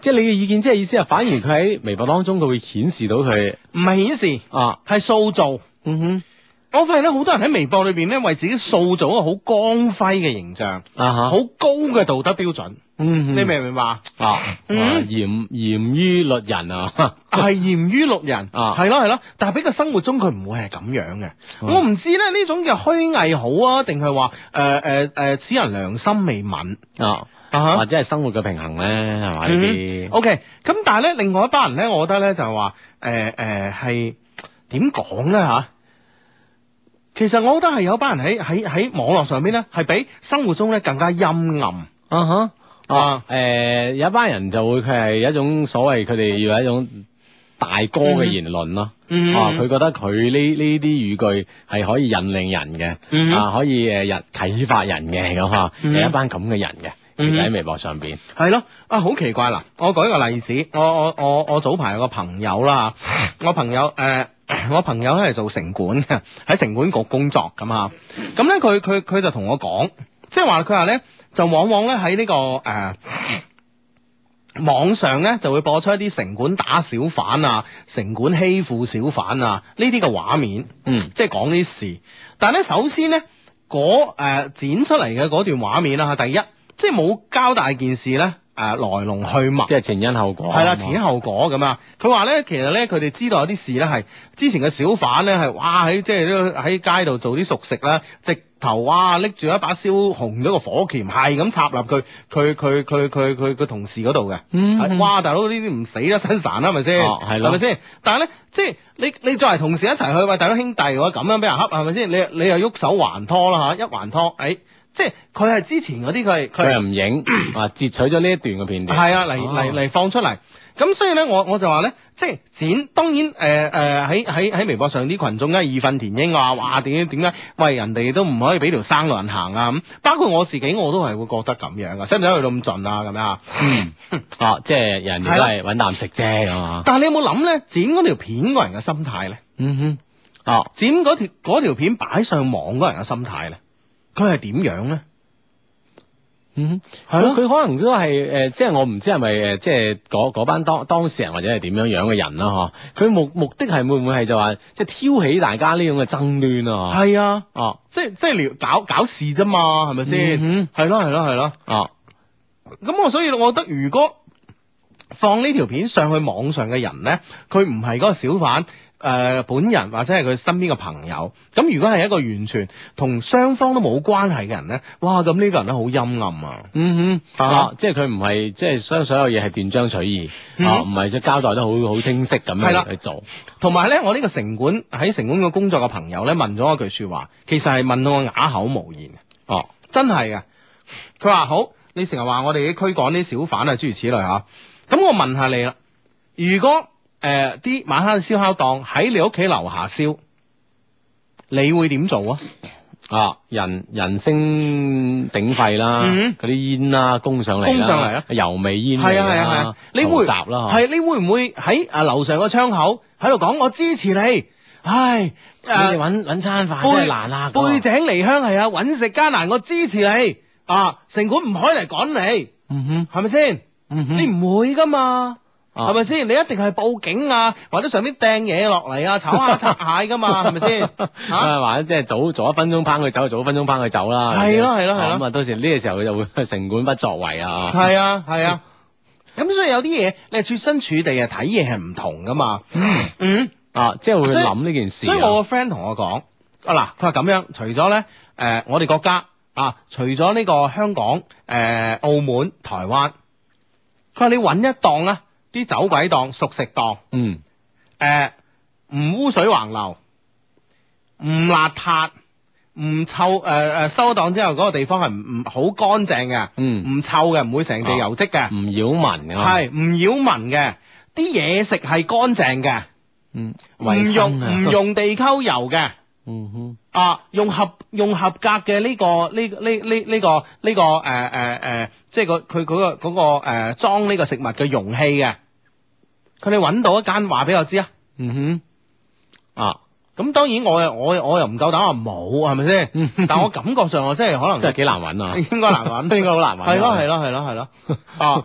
即係你嘅意見，即係意思係反而佢喺微博當中，佢會顯示到佢
唔係顯示，
啊，
係塑造。
嗯
我發現咧，好多人喺微博裏邊咧，為自己塑造一個好光輝嘅形象，
哼，啊嚇，
好，高嘅道德標準。
嗯哼，
你明唔明白啊？
啊，啊
嗯
嚴嚴於律人啊，
係嚴於律人，
啊
係咯係咯，但係俾個生活中佢唔會係咁樣嘅。
嗯
我唔知咧呢種叫虛偽好啊，定係話誒誒誒此呃人良心未泯
啊，
啊
或者係生活嘅平衡咧，係嘛呢
嗯
啲？
O K，咁但係咧，另外一班人咧，我覺得咧就係呃話誒誒係點講咧嚇？其實我覺得係有班人喺喺喺網絡上邊咧，係比生活中咧更加陰暗。
啊哈啊
啊
誒、有一班人就會佢係一種所謂佢哋要有一種大哥嘅言論咯。
嗯
啊，佢覺得佢呢呢啲語句係可以引領人嘅，
嗯
啊可以誒人啟發人嘅咁嚇，
嗯
有一班咁嘅人嘅，其實喺微博上邊，
係咯，啊好奇怪嗱！我舉一個例子，我我我我早排有個朋友啦，我朋友誒、呃 我朋友咧係做城管嘅，喺城管局工作咁啊，咁咧佢佢佢就同我講，即係話佢話咧就往往咧喺呢個誒。呃網上咧就會播出一啲城管打小販啊、城管欺負小販啊呢啲嘅畫面，
嗯
即係講呢啲事。但係咧，首先咧，嗰、呃、剪出嚟嘅嗰段畫面啦，第一即係冇交代件事咧誒來龍去脈。
嗯即係前因後果。啊
係啦，前因後果咁啊！佢話咧，其實咧，佢哋知道有啲事咧係之前嘅小販咧係哇喺即係呢個喺街度做啲熟食啦，直頭哇拎住一把燒紅咗個火鉗，係咁插入佢佢佢佢佢佢佢同事嗰度嘅。
嗯
係哇！大佬呢啲唔死得身殘啦，係咪先？
哦係咯
係咪先？但係咧，即係你你作為同事一齊去，喂大佬兄弟嘅話，咁樣俾人恰係咪先？你你又喐手還拖啦嚇，一還拖，誒、即係佢係之前嗰啲佢係
佢
係
又唔影啊，截取咗呢一段嘅片
嗯
段。
係啊，嚟嚟嚟放出嚟。咁所以咧，我我就話咧，即係剪當然誒誒喺喺喺微博上啲群眾梗係義憤填膺話，哇點點解喂人哋都唔可以俾條生路人行啊咁。包括我自己我都係會覺得咁樣噶，使唔使去到咁盡啊咁樣啊？
哦，即係人哋都係揾啖食啫咁啊。
但係你有冇諗咧，剪嗰條片嗰人嘅心態咧？
嗯哼，哦，
剪嗰條嗰條片擺上網嗰人嘅心態咧，佢係點樣咧？
嗯
係
哼，
咯
佢佢可能都係誒，即係我唔知係咪誒，即係嗰嗰班當當事人或者係點樣樣嘅人啦嗬。佢目目的係會唔會係就話即係挑起大家呢種嘅爭亂啊？
係啊，
哦
即係即係聊搞搞事啫嘛，係咪
嗯
先？係咯係咯係咯。
哦，
咁我所以我覺得如果放呢條片上去網上嘅人咧，佢唔係嗰個小販。誒、本人或者係佢身邊嘅朋友，咁如果係一個完全同雙方都冇關係嘅人咧，哇！咁呢個人咧好陰暗啊！
嗯
啊
哼，啊，即係佢唔係即係將所有嘢係斷章取義，
嗯
啊，唔係即係交代得好好清晰咁
係啦
樣去做。
同埋咧，我呢個城管喺城管嘅工作嘅朋友咧，問咗我一句説話，其實係問到我啞口無言，
哦，
真係嘅。佢話好，你成日話我哋啲驅趕啲小販啊，諸如此類嚇。咁我問下你啦，如果誒啲、晚黑嘅燒烤檔喺你屋企樓下燒，你會點做啊？
啊，人人聲鼎沸啦，
嗯
嗰啲煙啦，供上嚟啦，
供上嚟啦
油味煙
係
味
啊係啊係
啦
啊，，你會
集啦，嗬
係你會唔會喺啊樓上個窗口喺度講我支持你？唉，呃誒
你哋揾揾餐飯真係難啦，咁啊
背，井離鄉係啊，揾食艱難，我支持你啊！城管唔可以嚟趕你，
嗯哼，
係咪先？
嗯
你
哼，
唔會噶嘛，
啊
係咪先？你一定係報警啊，或者上邊掟嘢落嚟啊，炒蝦拆蟹噶 嘛，係咪先？嚇
啊，或者即係早早一分鐘拚佢走，早一分鐘拚佢走啦，
係咯
咪先
係咯係咯
咁啊，到時呢個時候佢就會 城管不作為啊，
係啊，係啊。咁所以有啲嘢你係設身處地啊，睇嘢係唔同噶嘛。嗯。
啊，即係會去
所以
諗呢件事啊，
所以我個 friend 同我講，啊嗱，佢話咁樣，除咗咧，誒、我哋國家啊，除咗呢個香港、誒、呃澳門、台灣，佢話你揾一檔啊，啲走鬼檔、熟食檔，誒、
嗯，
唔污水橫流，唔邋遢，唔臭，誒、誒收檔之後嗰個地方係唔唔好乾淨嘅，
嗯
唔臭嘅，唔會成地油漬嘅，
唔擾民啊，，
係唔擾民嘅，啲嘢食係乾淨嘅。
嗯，
唔
衞
用
生啊
唔，用地溝油嘅，
嗯哼，
啊，用合用合格嘅呢、個呢呢呢呢個呢、個誒誒誒，呃即係個佢佢個嗰個誒裝呢個食物嘅容器嘅，佢哋揾到一間話俾我知啊。
嗯哼，啊，
咁當然我又我又我又唔夠膽話冇係咪
嗯
先？但我感覺上我真係可能
真係幾難揾啊，
應該難 揾，
應該好難揾啊
係咯係咯係咯係咯， 啊，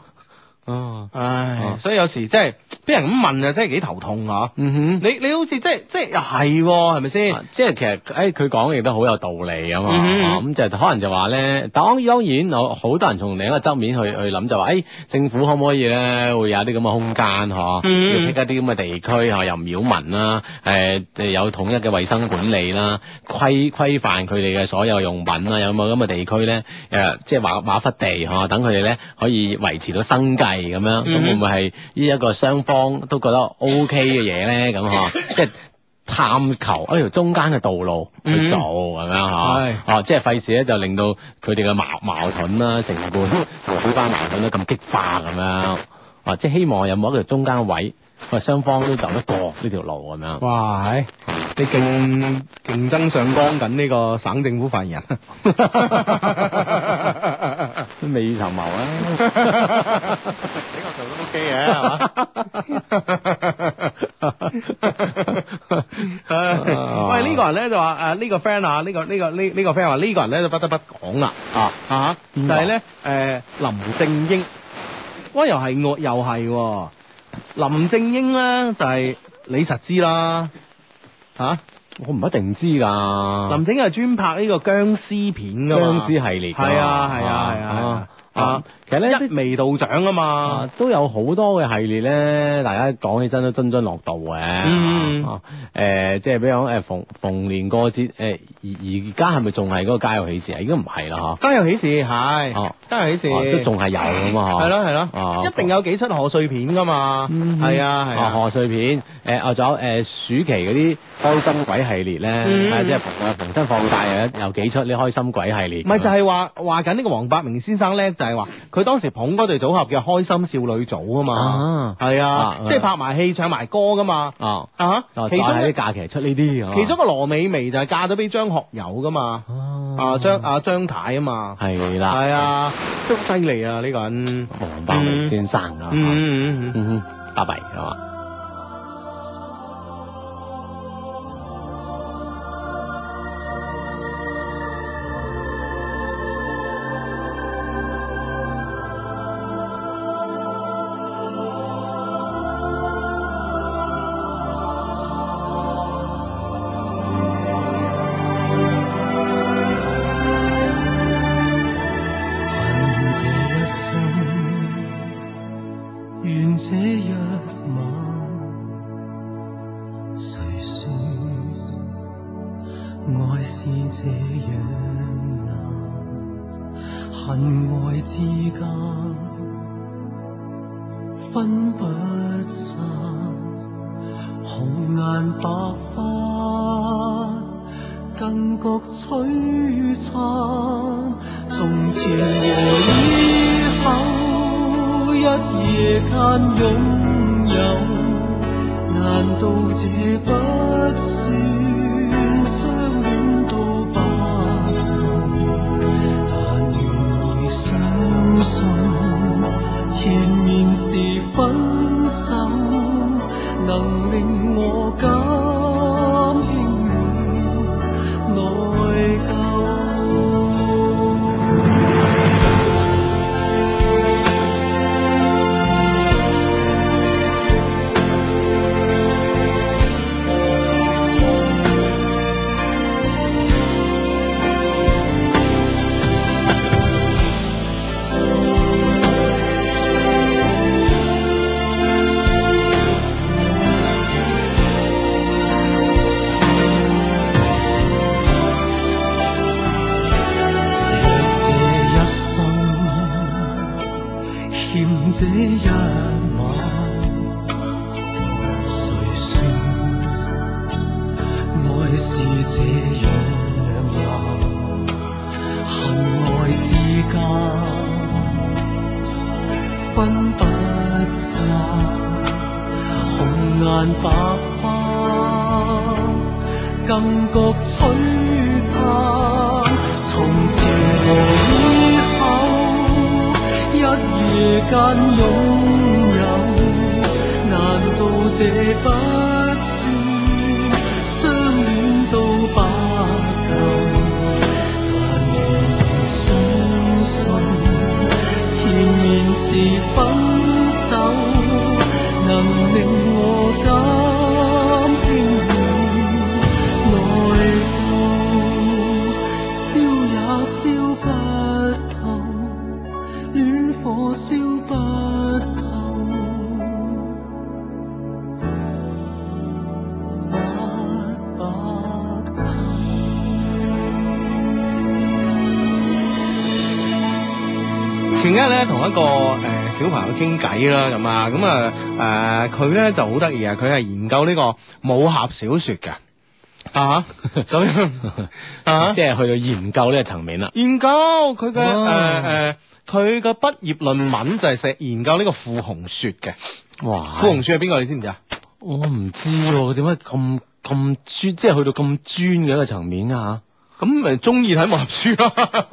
啊，
唉
啊，
所以有時真係俾人咁問啊，真係幾頭痛啊！
嗯哼。
你你好似即係即係又係喎，係咪先？
啊即係其實誒佢講嘅亦都好有道理啊嘛，
嗯
啊咁就可能就話咧，當當然我好多人從另一個側面去去諗就話，誒政府可唔可以咧會有啲咁嘅空間嗬，
嗯
要辟一啲咁嘅地區嗬，又唔擾民啦，誒有統一嘅衞生管理啦，規規範佢哋嘅所有用品啦，有冇咁嘅地區咧？誒即係話話忽地嗬，等佢哋咧可以維持到生計咁樣，咁
嗯
會唔會係呢一個雙方都覺得 O K 嘅嘢咧？咁嗬，即係。探求一條哎中間嘅道路
嗯
去做咁樣
係
嚇，哦，即係費事咧就令到佢哋嘅矛矛盾啦、成半小班矛盾咧咁激化咁樣，哦，即係希望有冇一條中間位，我雙方都走得過呢條路咁樣。
哇！唉你競競爭上崗緊呢個省政府發言人，
都未雨綢繆啊！
整個頭都 OK 嘅係嘛？喂，呢個人咧就話誒呢個 friend 啊，呢個呢個呢呢個 friend 話呢個人咧就不得不講啦
啊
啊，就
邊個
係咧誒林正英，哇又係我又係喎，林正英咧就係你實知啦啊嚇。
我唔一定知㗎。
林正英係專拍呢個僵屍片噶嘛，
啊僵屍系列㗎嘛，
係啊係啊係啊係啊，
啊，其實咧
一味道獎啊嘛
啊，，都有好多嘅系列咧，大家講起身都津津樂道嘅。
嗯
啊，誒，即係比如講誒逢逢年過節，誒而而家係咪仲係嗰個家有喜事啊？應該唔係啦嚇
家有喜事係
哦，
家有喜
啊，
事
都仲係有咁啊嚇。
係咯係
哦
咯，一定有幾出賀歲片噶嘛，
嗯
係啊係啊，
啊，賀歲片，誒啊，仲有誒暑期嗰啲開心鬼系列咧，
嗯
啊，即係逢逢親放假又有有幾出啲開心鬼系列。啊
咪就係話話緊呢個黃百鳴先生咧，就係話佢當時捧嗰對組合叫開心少女組啊嘛
啊，
係啊
啊，
即係拍埋戲唱埋歌噶嘛，
啊，
啊
啊，
哈，
就
其中
喺啲
一
假期出呢啲啊。
其中一個羅美薇就係嫁咗俾張學友噶嘛，啊張啊張太啊嘛，
係啦，
係啊，都好犀利啊呢個人，
黃百鳴先生啊。
嗯嗯嗯嗯。
嗯哼，拜拜，係嘛？
盼這一生，願這一晚。誰說愛是這樣難？恨愛之間分不散，紅顏白髮。更覺璀璨。從前和以後，一夜間擁有，難道這不算相戀到白頭？但願意相信，前面是分手，能令我減輕內疚。若這一生欠這一晚，誰說愛是這樣難？恨愛之間分不散，紅顏白髮。更覺璀璨。從前和以後，一夜間擁有，難道這不算相戀到白頭？但願你相信，前面是分手，能令我減輕內疚，燒也燒不透，戀火燒不透，不不
嗯前一日咧同一個誒、呃小朋友傾偈啦，咁啊，咁啊誒佢咧就好得意啊，佢係研究呢個武俠小説嘅，啊哈咁樣 啊哈
即係去到研究呢個層面啦。
研究佢嘅誒誒
哦。
佢嘅畢業論文就係寫研究呢個傅紅雪嘅，
哇
傅紅雪係邊個你知唔知啊？
我唔知喎，點解咁咁專，即係去到咁專嘅一個層面啊
咁咪中意睇武俠書咯，
嚇！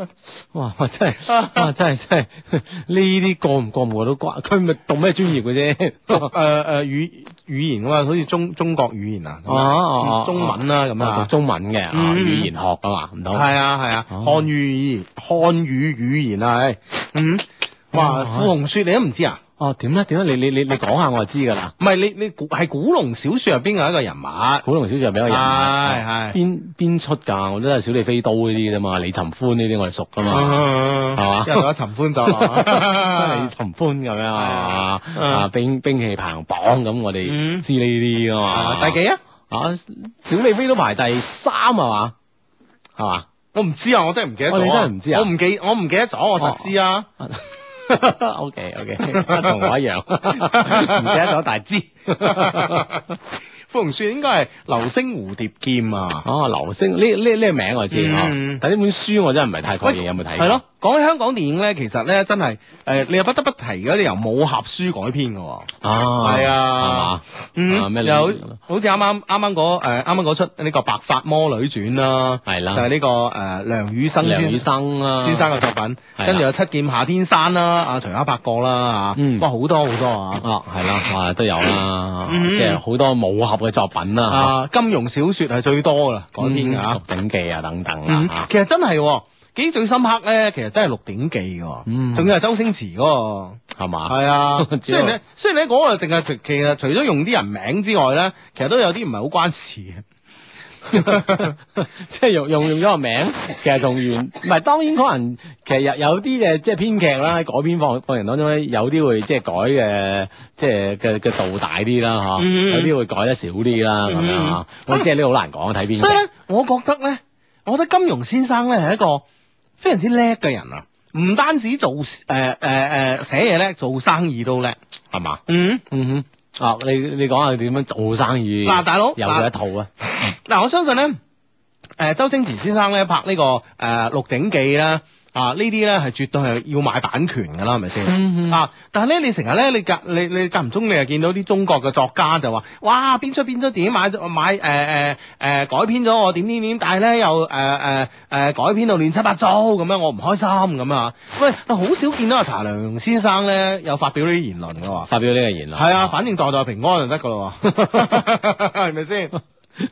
哇，哇真係， 哇真係真係，呢啲過唔過唔過都關，佢咪讀咩專業嘅啫？
讀誒誒語語呃言啊嘛，好似中中國語言啊，咁啊中文啦咁啊
讀中文嘅啊
嗯
語言學啊嘛，唔通？
係啊係啊，
哦
漢語語言，漢語語言啊，係，嗯，哇，
哦
傅紅雪你都唔知啊？
哦，點咧？點咧？你你你你講下我就知㗎啦。
唔係你你古係古龍小説入邊嘅一個人物，
古龍小説入面有個人物，
係係
邊邊出㗎？我都係小李飛刀呢啲啫嘛，李尋歡呢啲我哋熟㗎嘛。
嗯係哦
嘛
因為嗰尋 歡作樂
李尋歡咁樣啊，
啊嗯
啊兵兵器排行榜咁，我
嗯
哋知呢啲㗎
啊，
嘛。
第幾啊？
啊？小李飛刀排第三係嘛？係嘛？
我唔知啊，我真係唔記得咗。
哦你真係唔知啊
我唔記，我唔記得咗，我實知啊。
O K O K，同我一 樣，唔記得咗大知。
傅紅雪應該係流星蝴蝶劍啊。
哦，流星呢呢呢個名我知啊
嗯，
但呢本書我真係唔係太確認有冇睇過。
係咯，，講起香港電影咧，其實咧真係誒、呃你又不得不提嗰啲由武俠書改編嘅喎、
啊，
係
係
啊
嘛，啊
嗯，
咩
有
女
好似啱啱啱啱嗰誒啱啱嗰出呢個《白髮魔女傳》啦，
係啦
就係呢個誒梁羽生
梁
先
羽生啊啦，
先生嘅作品，
係啦
跟住有《七劍下天山》啦，啊徐克拍過啦，啊，
嗯
哇好多好多啊，
啊，係啦，哇都有啦，
嗯
即係好多武俠嘅作品啦，
啊金庸小説係最多噶啦，改編嘅
啊，《
嚇
鹿，鼎記》啊等等
嗯
啦，
其實真係喎，記憶最深刻咧，其實真係《鹿鼎記》嘅，
嗯
仲要係周星馳嗰個。
嚇係嘛？，
係 啊雖然咧，雖然咧嗰個淨係其實除咗用啲人名之外咧，其實都有啲唔係好關事嘅。
即係用用用咗個名，其實同原唔係當然可能其實有有啲嘅即係編劇啦，喺改編方過程當中咧，有啲會即係改嘅即係嘅嘅度大啲啦嚇，
嗯
有啲會改得少啲啦咁樣
嗯
嚇，我即係呢個好難講睇編
所以
劇
咧，我覺得咧，我覺得金庸先生咧係一個非常之叻嘅人啊！唔單止做誒誒誒寫嘢叻，做生意都叻。
係嘛？
嗯，
嗯哼，啊你你講下點樣做生意？
嗱大佬
有
嗱
咗一套啊，
嗱，我相信咧，誒、周星馳先生咧拍呢、個誒《鹿鼎記》啦，啊呢啲咧係絕對係要買版權㗎啦，係咪先？
嗯
啊！但係咧，你成日咧，你隔你你間唔中，你又見到啲中國嘅作家就話：，哇，邊出邊出電影買咗買誒誒誒改編咗我點點點，但係咧又誒誒誒改編到亂七八糟咁樣，我唔開心咁啊！喂，好少見到阿查良先生咧有發表呢啲言論嘅喎。
發表呢個言論
係啊，反正代代平安就得㗎咯喎， 係咪先？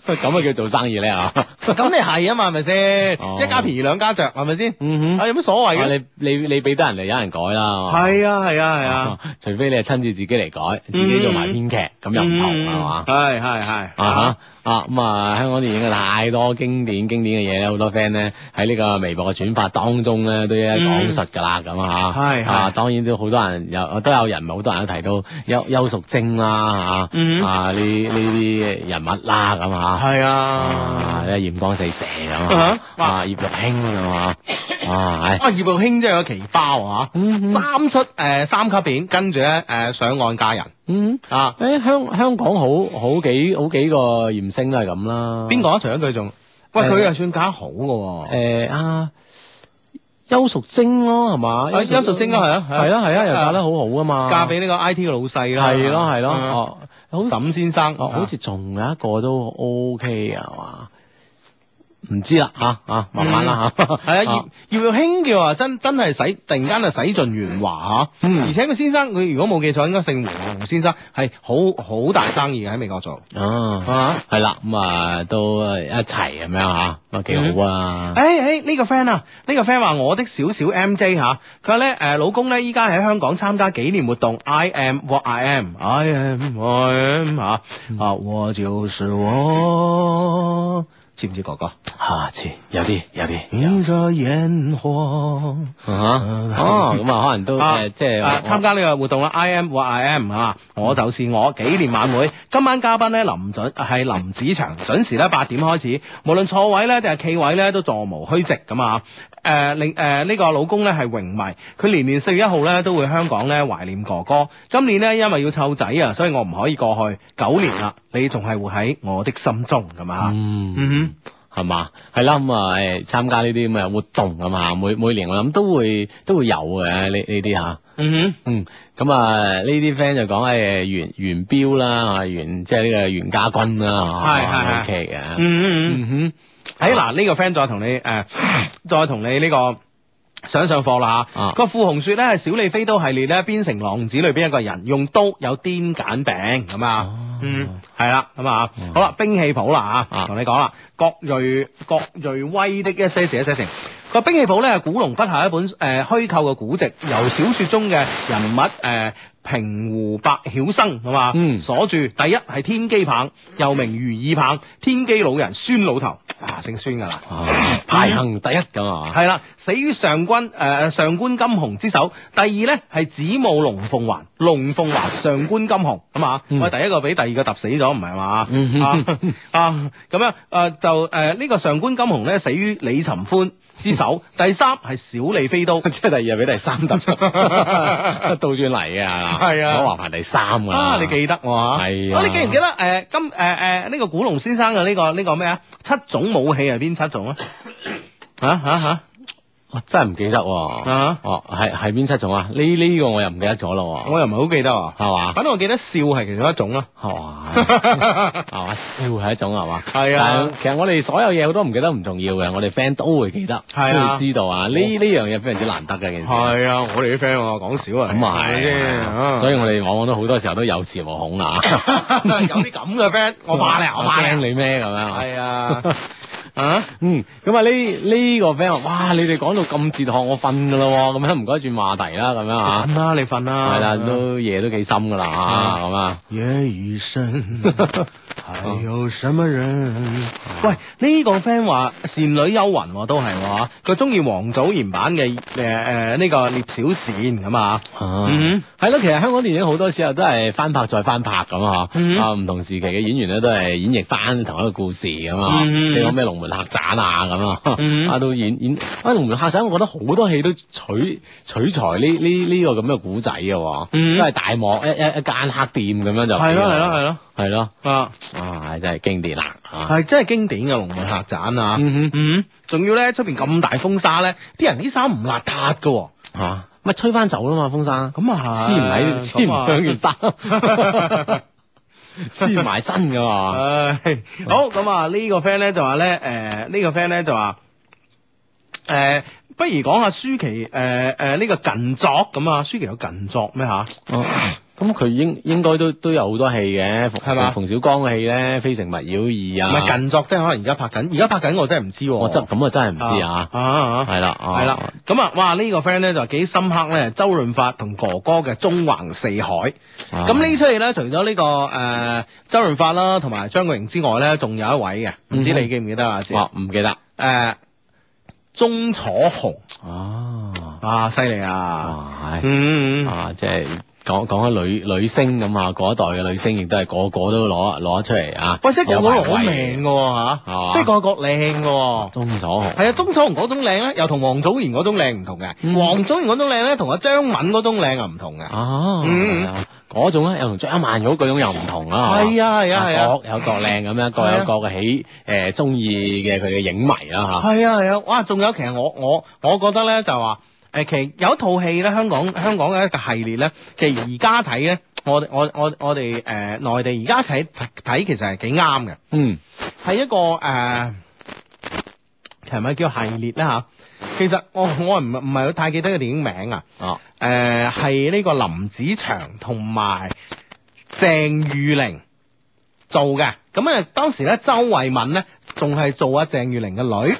咁啊叫做生意咧嚇。
咁你係啊嘛，係咪先？
哦
一家便宜兩家着，係咪先？
嗯
啊，有乜所謂
啊
嘅？
你你你俾得人哋有人改啦，嘛
係啊，係啊，係嗯啊，，
除非你係親自自己嚟改，自己做埋編劇，咁又唔同
嗯
係嘛？
係係係
啊哈啊咁啊！香港電影嘅太多經典經典嘅嘢咧，好多 friend 咧喺呢個微博嘅轉發當中咧都一一講述㗎啦，咁啊嚇。
係係
啊，當然都好多人有都有人，唔係好多人都提到邱邱淑貞啦嚇，
嗯
啊呢呢啲人物啦咁啊嚇。
係
啊！
啊。
呢艷光四射咁
啊
啊，
哇
啊葉玉卿咁啊，啊唉
啊，葉玉卿真係個奇包啊！
嗯哼
三出誒、呃三級片，跟住咧誒上岸嫁人
嗯。
啊！
誒香香港好好幾好幾個艷星都係咁啦。
邊個啊？除咗佢仲，喂
誒
佢又算嫁好嘅喎、
誒啊，邱淑貞咯，係嘛？
啊邱淑貞咯係啊係啊
係啦係啊，又嫁得好好啊嘛。
嫁俾呢個 I T 嘅老細啦，
係咯係咯，
啊
哦，好
沈先生，
哦，好似仲有一個都 OK 啊係嘛？唔知啦嚇嚇，慢慢啦嚇。
係啊，葉葉玉卿嘅話真真係使突然間就使盡元華嚇，
嗯
而且個先生佢如果冇記錯應該姓胡胡先生，係好好大生意嘅喺美國做
啊，
啊！
係啦，咁啊都一齊咁樣嚇，咁啊幾好啊。
誒誒呢個 friend 啊，呢、個 friend 話我的小小 MJ 嚇、佢話咧誒老公咧依家喺香港參加紀念活動，I am what I am，I am I am 嚇啊
嗯
我就是我，知唔知哥哥？
下次啊有啲有啲。
迎着煙火。
啊哦，咁啊，可能都
啊
誒，即係
啊參加呢個活動啦，I am what I am 啊，我就是我紀念晚會。今晚嘉賓咧林準啊係林子祥，準時咧八點開始，無論坐位咧定係企位咧都座無虛席咁啊。誒令誒呢個老公咧係榮迷，佢年年四月一號咧都會香港咧懷念哥哥。今年咧因為要湊仔啊，所以我唔可以過去。九年啦，你仲係活喺我的心中咁啊。嗯
嗯，係嘛？係啦，咁啊誒，參加呢啲咁嘅活動咁啊，每每年我諗都會都會有嘅呢呢啲嚇。
嗯
嗯，咁啊呢啲 friend 就講誒袁袁彪啦，啊袁即係呢個袁家軍啦，
係係係
o k
哼，
嘅。
嗯嗯。
嗯
喺嗱呢個 friend 再同你誒、呃再同你呢、個。上上課啦嚇
啊，
個傅紅雪咧係小李飛刀系列咧邊城浪子裏邊一個人，用刀有癲癇病咁啊
哦，
嗯，係啦，咁啊
嗯，
好啦，兵器譜啦嚇，
啊
同你講啦，郭瑞郭瑞威的一些事一些情，個兵器譜咧，古龍筆下一本誒、呃、虛構嘅古籍，由小説中嘅人物誒、呃平湖白曉生係嘛，
嗯
所著第一係天機棒，又名如意棒，天機老人孫老頭，啊姓孫㗎啦。嗯
啊排行第一咁啊，
係啦，死於上軍誒、呃上官金鴻之手。第二咧係子母龍鳳環，龍鳳環上官金鴻咁啊，
嗯
我第一個俾第二個揼死咗，唔係嘛？
嗯
啊 啊咁樣誒就誒呃呢、個上官金鴻咧死於李尋歡之 手。第三係小李飛刀。
即係第二日俾第三揼出，倒轉嚟嘅係嘛？
係啊
我話排第三㗎啦。
啊！你記得我啊？
係啊
啊！你記唔記得誒、呃今誒誒呢個古龍先生嘅呢、個呢、個咩啊？七種武器係邊七 種啊？啊啊啊！
我真係唔記得喎。
啊
哦，係係邊七種啊？呢呢個我又唔記得咗咯喎。
我又唔係好記得啊，
係嘛
反正我記得笑係其中一種啦。啊
係嘛？ 係嘛？啊笑係一種係嘛？
係啊
但其實我哋所有嘢好多唔記得唔重要嘅，我哋 friend 都會記得，
係
都
啊
會知道啊。呢呢樣嘢非常之難得嘅一件事。
係嗯啊，我哋啲 friend 我講少啊，
咁啊係，
啫，
所以我哋往往都好多時候都有恃無恐啊。
有啲咁嘅 friend，我怕你，我怕
驚
你，
你咩咁樣？
係啊，啊，
嗯，咁 啊呢呢個 friend 話：，哇！你哋講到咁哲學，我瞓噶啦喎，咁樣唔該轉話題啦，咁樣啊，
瞓啦，你瞓啦，
係啦，都夜都幾深噶啦
嗯
啊，咁啊，
夜已 深，還有什麼人？
哦
喂，呢、個 friend 話倩女幽魂喎、都係喎，佢中意王祖賢版嘅誒誒呢個聶小倩咁啊，嗯
係咯，其實香港電影好多時候都係翻拍再翻拍咁啊，
嗯
啊唔同時期嘅演員咧都係演繹翻同一個故事咁啊，
嗯
你講咩龍門客棧啊咁
嗯
啊，啊都演演啊龍門客棧，我覺得好多戲都取取材呢呢呢個咁嘅古仔嘅喎，
嗯
都係大幕一一一間黑店咁樣就
係咯係咯係咯
係咯。
啊。
啊，真係經典啦！啊，
係真係經典嘅龍門客棧啊！
嗯哼
嗯，仲要咧出邊咁大風沙咧，啲人啲衫唔邋遢嘅喎。
嚇，咪吹翻走啦嘛，風沙，
咁啊
黐唔喺，黐唔響件衫，黐埋身噶 嘛，
唉，好咁啊！呢個 friend 咧就話咧，誒呢個 friend 咧就話，誒不如講下舒淇誒誒呢個近作咁啊？舒淇有近作咩吓？
哦咁佢應應該都都有好多戲嘅，係
係嘛
馮小剛嘅戲咧，《非誠勿擾
唔
二》啊，
係近作，即係可能而家拍緊，而家拍緊我真係唔知喎。
我真咁啊，真係唔知啊，
啊啊！
係啦，啊
係啦，，咁啊，哇！呢個 friend 咧就幾深刻咧，周潤發同哥哥嘅《縱橫四海》。
啊
咁呢出戲咧，除咗呢個誒周潤發啦，同埋張國榮之外咧，仲有一位嘅，唔知
嗯哼
你記唔記得啊？先
我唔記得，
誒鐘楚紅
哦，
啊，犀利啊！
啊，係
嗯，嗯
啊，即係講講開女女星咁啊，嗰一代嘅女星亦都係個個都攞攞出嚟啊，
喂，即係個個
攞
攞
埋位哦
命嘅喎
係嘛
嚇，即係個個靚嘅喎。
中咗紅。
係啊，鐘楚紅嗰種靚咧，又同王祖賢嗰種靚唔同嘅。
嗯
王祖賢嗰種靚咧，同阿張敏嗰種靚啊唔同嘅。
哦，
嗯
係啊嗰種咧又同張曼玉嗰種又唔同啦，
係啊係啊係啊。
各有各靚咁樣，各
係啊
有各嘅喜誒中意嘅佢嘅影迷啦嚇。
係啊係啊，哇！仲有其實我我我覺得咧就話誒，其實有一套戲咧，香港香港嘅一個系列咧，其實而家睇咧，我哋我我我哋誒、呃、內地而家睇睇其實係幾啱嘅，
嗯，
係一個誒、呃，其實咪叫系列咧嚇。其實我我唔唔係太記得個電影名啊，
哦，
誒係呢個林子祥同埋鄭裕玲做嘅，咁啊當時咧周慧敏咧仲係做阿鄭裕玲嘅女。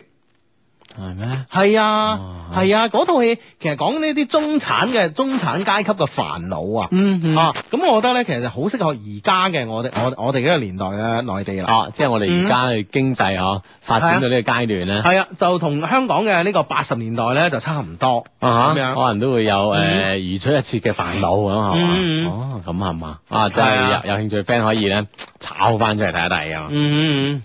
係咩？
係啊，
哦
係啊，嗰套戲其實講呢啲中產嘅中產階級嘅煩惱啊。
嗯
啊，咁我覺得咧，其實就好適合而家嘅我哋我我哋呢個年代嘅內地啦。
哦，即係我哋而家嘅經濟呵發展到呢個階段咧，
嗯啊係啊，就同香港嘅呢個八十年代咧就差唔多。
啊
咁
嚇
樣
可能都會有誒
嗯
如出一轍嘅煩惱咁係
嗯嗯
嘛？哦，咁係嘛？啊，真
係
係
啊
有有興趣嘅 friend 可以咧炒翻出嚟睇一睇啊！
嗯嗯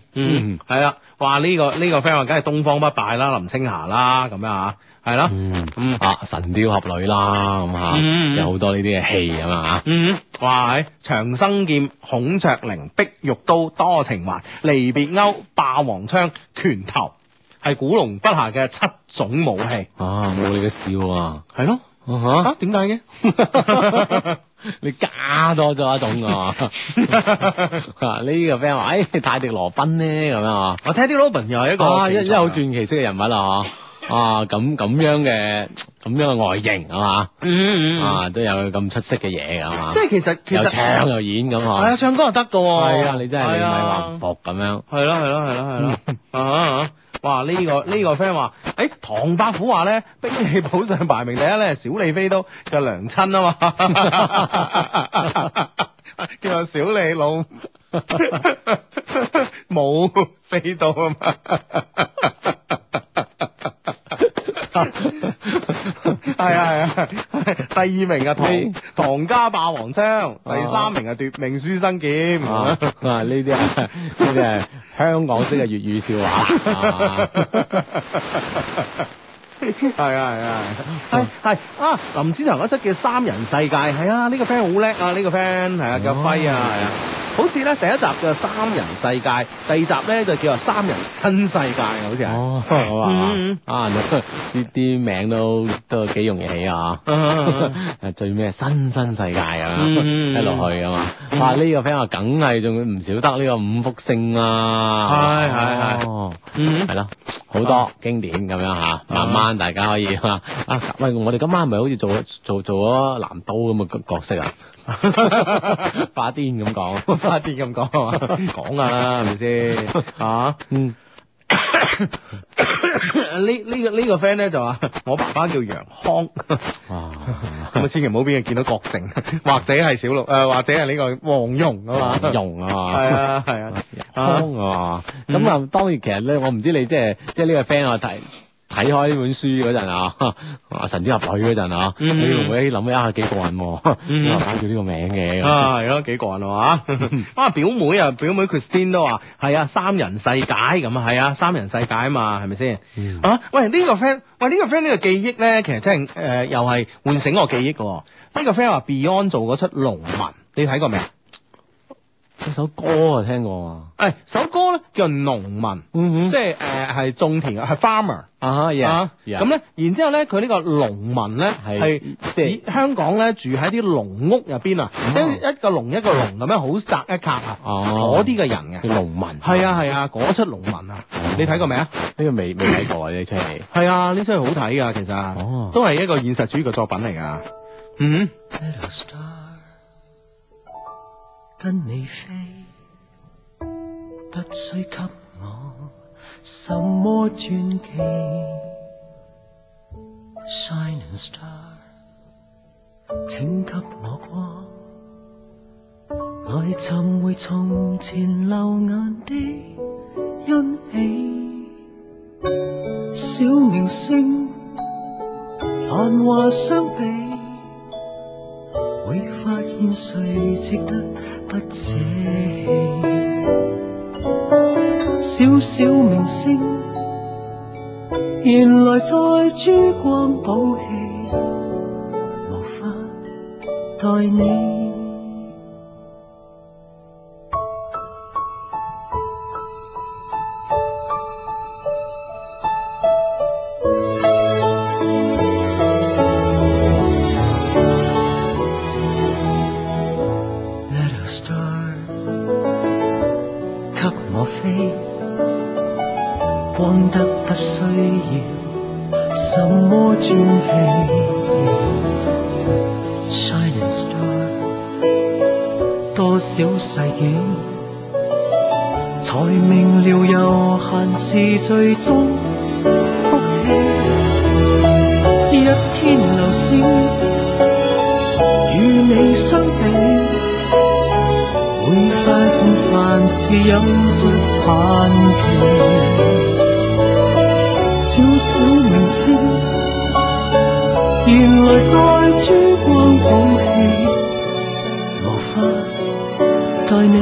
嗯，
嗯
係啦，哇！呢個呢個 friend 話梗係東方不敗啦，林青霞啦，咁樣啊，係啦。
嗯
嗯
啊，神雕俠侶啦咁嚇，
嗯嗯
即係好多呢啲嘅戲啊嘛嚇。
嗯，哇！係長生劍、孔雀翎、碧玉刀、多情環、離別勾、霸王槍、拳頭，係古龍筆下嘅七種武器。
啊，冇你嘅笑啊！
係咯，
啊
啊點解嘅？
你加多咗一種 啊！啊呢個 friend 話：，誒泰迪羅賓咧咁樣啊，
我睇啲 Robin 又係一個
啊一
奇才
一好傳奇式嘅人物啦嚇，啊咁咁樣嘅咁樣嘅外形啊
嗯嗯
嘛，
嗯
啊都有咁出色嘅嘢㗎嘛
即，係其實其
又
實
唱又演咁
係啊，
啊，
唱歌又得㗎喎。
係啊，你真係你
係
咪
啊
話唔服咁樣，
係咯係咯係咯係咯啊啊！啊哇！話呢個呢個 friend 話，誒唐伯虎話 咧，兵器譜上排名第一咧，小李飛刀嘅娘親啊嘛， 叫做小李老 冇飛刀啊嘛。 係啊係啊，第二名啊唐唐家霸王槍，第三名啊奪命書生劍。
啊啊！呢啲啊，呢啲係香港式嘅粵語笑話。啊
係啊係啊係係啊！林子祥嗰出叫《三人世界》，係啊，呢個 friend 好叻啊！呢個 friend 係啊，叫輝啊，係啊。好似咧第一集叫《三人世界》，第二集咧就叫做《三人新世界》啊，好似係。
哦，好啊
嗯，
啊呢啲名都都幾容易起啊！啊 最咩新新世界啊，
嗯
一路去啊嘛。
嗯
哇！呢個 friend 啊，梗係仲唔少得呢個五福星啊，
係係啊係
係。
嗯
係咯，好多經典咁樣嚇，慢慢大家可以啊啊！喂，我哋今晚係咪好似做做做咗南刀咁嘅角色啊？
嗯
發癲咁講，
花啲咁講係嘛？講㗎啦，係咪先？啊嚇！
嗯，
呢呢個呢個 friend 咧就話：我爸爸叫楊康。
哇，
咁啊，千祈唔好俾人見到郭靖， 或者係小六，誒、呃或者係呢個黃蓉啊嘛。
用啊嘛
係。啊係啊， 嗯
康啊，咁啊，當然其實咧，我唔知你即係即係呢個 friend 我睇睇開呢本書嗰陣啊， 啊神雕俠侶嗰陣啊，你
嗯
會唔會諗起啊幾過癮喎？
嗯
啊叫呢個名嘅，
啊，係咯，幾個人啊嘛，啊表妹啊，表妹 Christine 都話係啊，三人世界咁啊，係啊，三人世界啊嘛，係咪先？
嗯
啊，喂，呢、個 friend，喂，呢、個 friend 呢個記憶咧，其實真係誒、呃又係喚醒我記憶嘅喎。呢、個 friend 話 Beyond 做嗰出《農民》，你睇過未啊？
呢首歌啊聽過啊，
誒、哎首歌咧叫《農民》，
嗯
即係誒係種田嘅，係 farmer。
啊
啊，咁
咁咧
咧，然之後咧，佢呢個農民咧
係
係
即嗯
指香港咧住喺啲農屋入邊啊，即係一個農一個農咁樣，好窄一格啊，
哦
嗰啲嘅人
叫
嘅。
農民，
係啊係啊，嗰出農民啊
哦，
你睇過未啊？
呢個未未睇過啊呢出戲，
係啊，呢出係好睇噶，其
哦
實都係一個現實主義嘅作品嚟噶。嗯，
Little star，跟你飛，不需給我什麼傳奇。Shining star，請給我光，來尋回從前流眼的欣喜。小明星，繁華相比。會發現誰值得不捨棄。小小明星，原來在珠光寶氣，無法待你。Little star，給我飛，光得不需要什麼轉氣。Shining star，多少細境，才明了悠閒是最終福氣。一天流星，與你相比。會發現凡事有着限期，小小明星，原來在珠光寶氣，無法待你。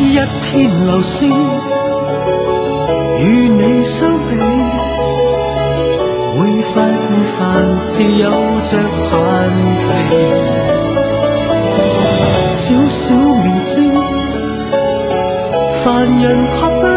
一天流星，與你相比，會發現凡事有着限期。小小明星，凡人合不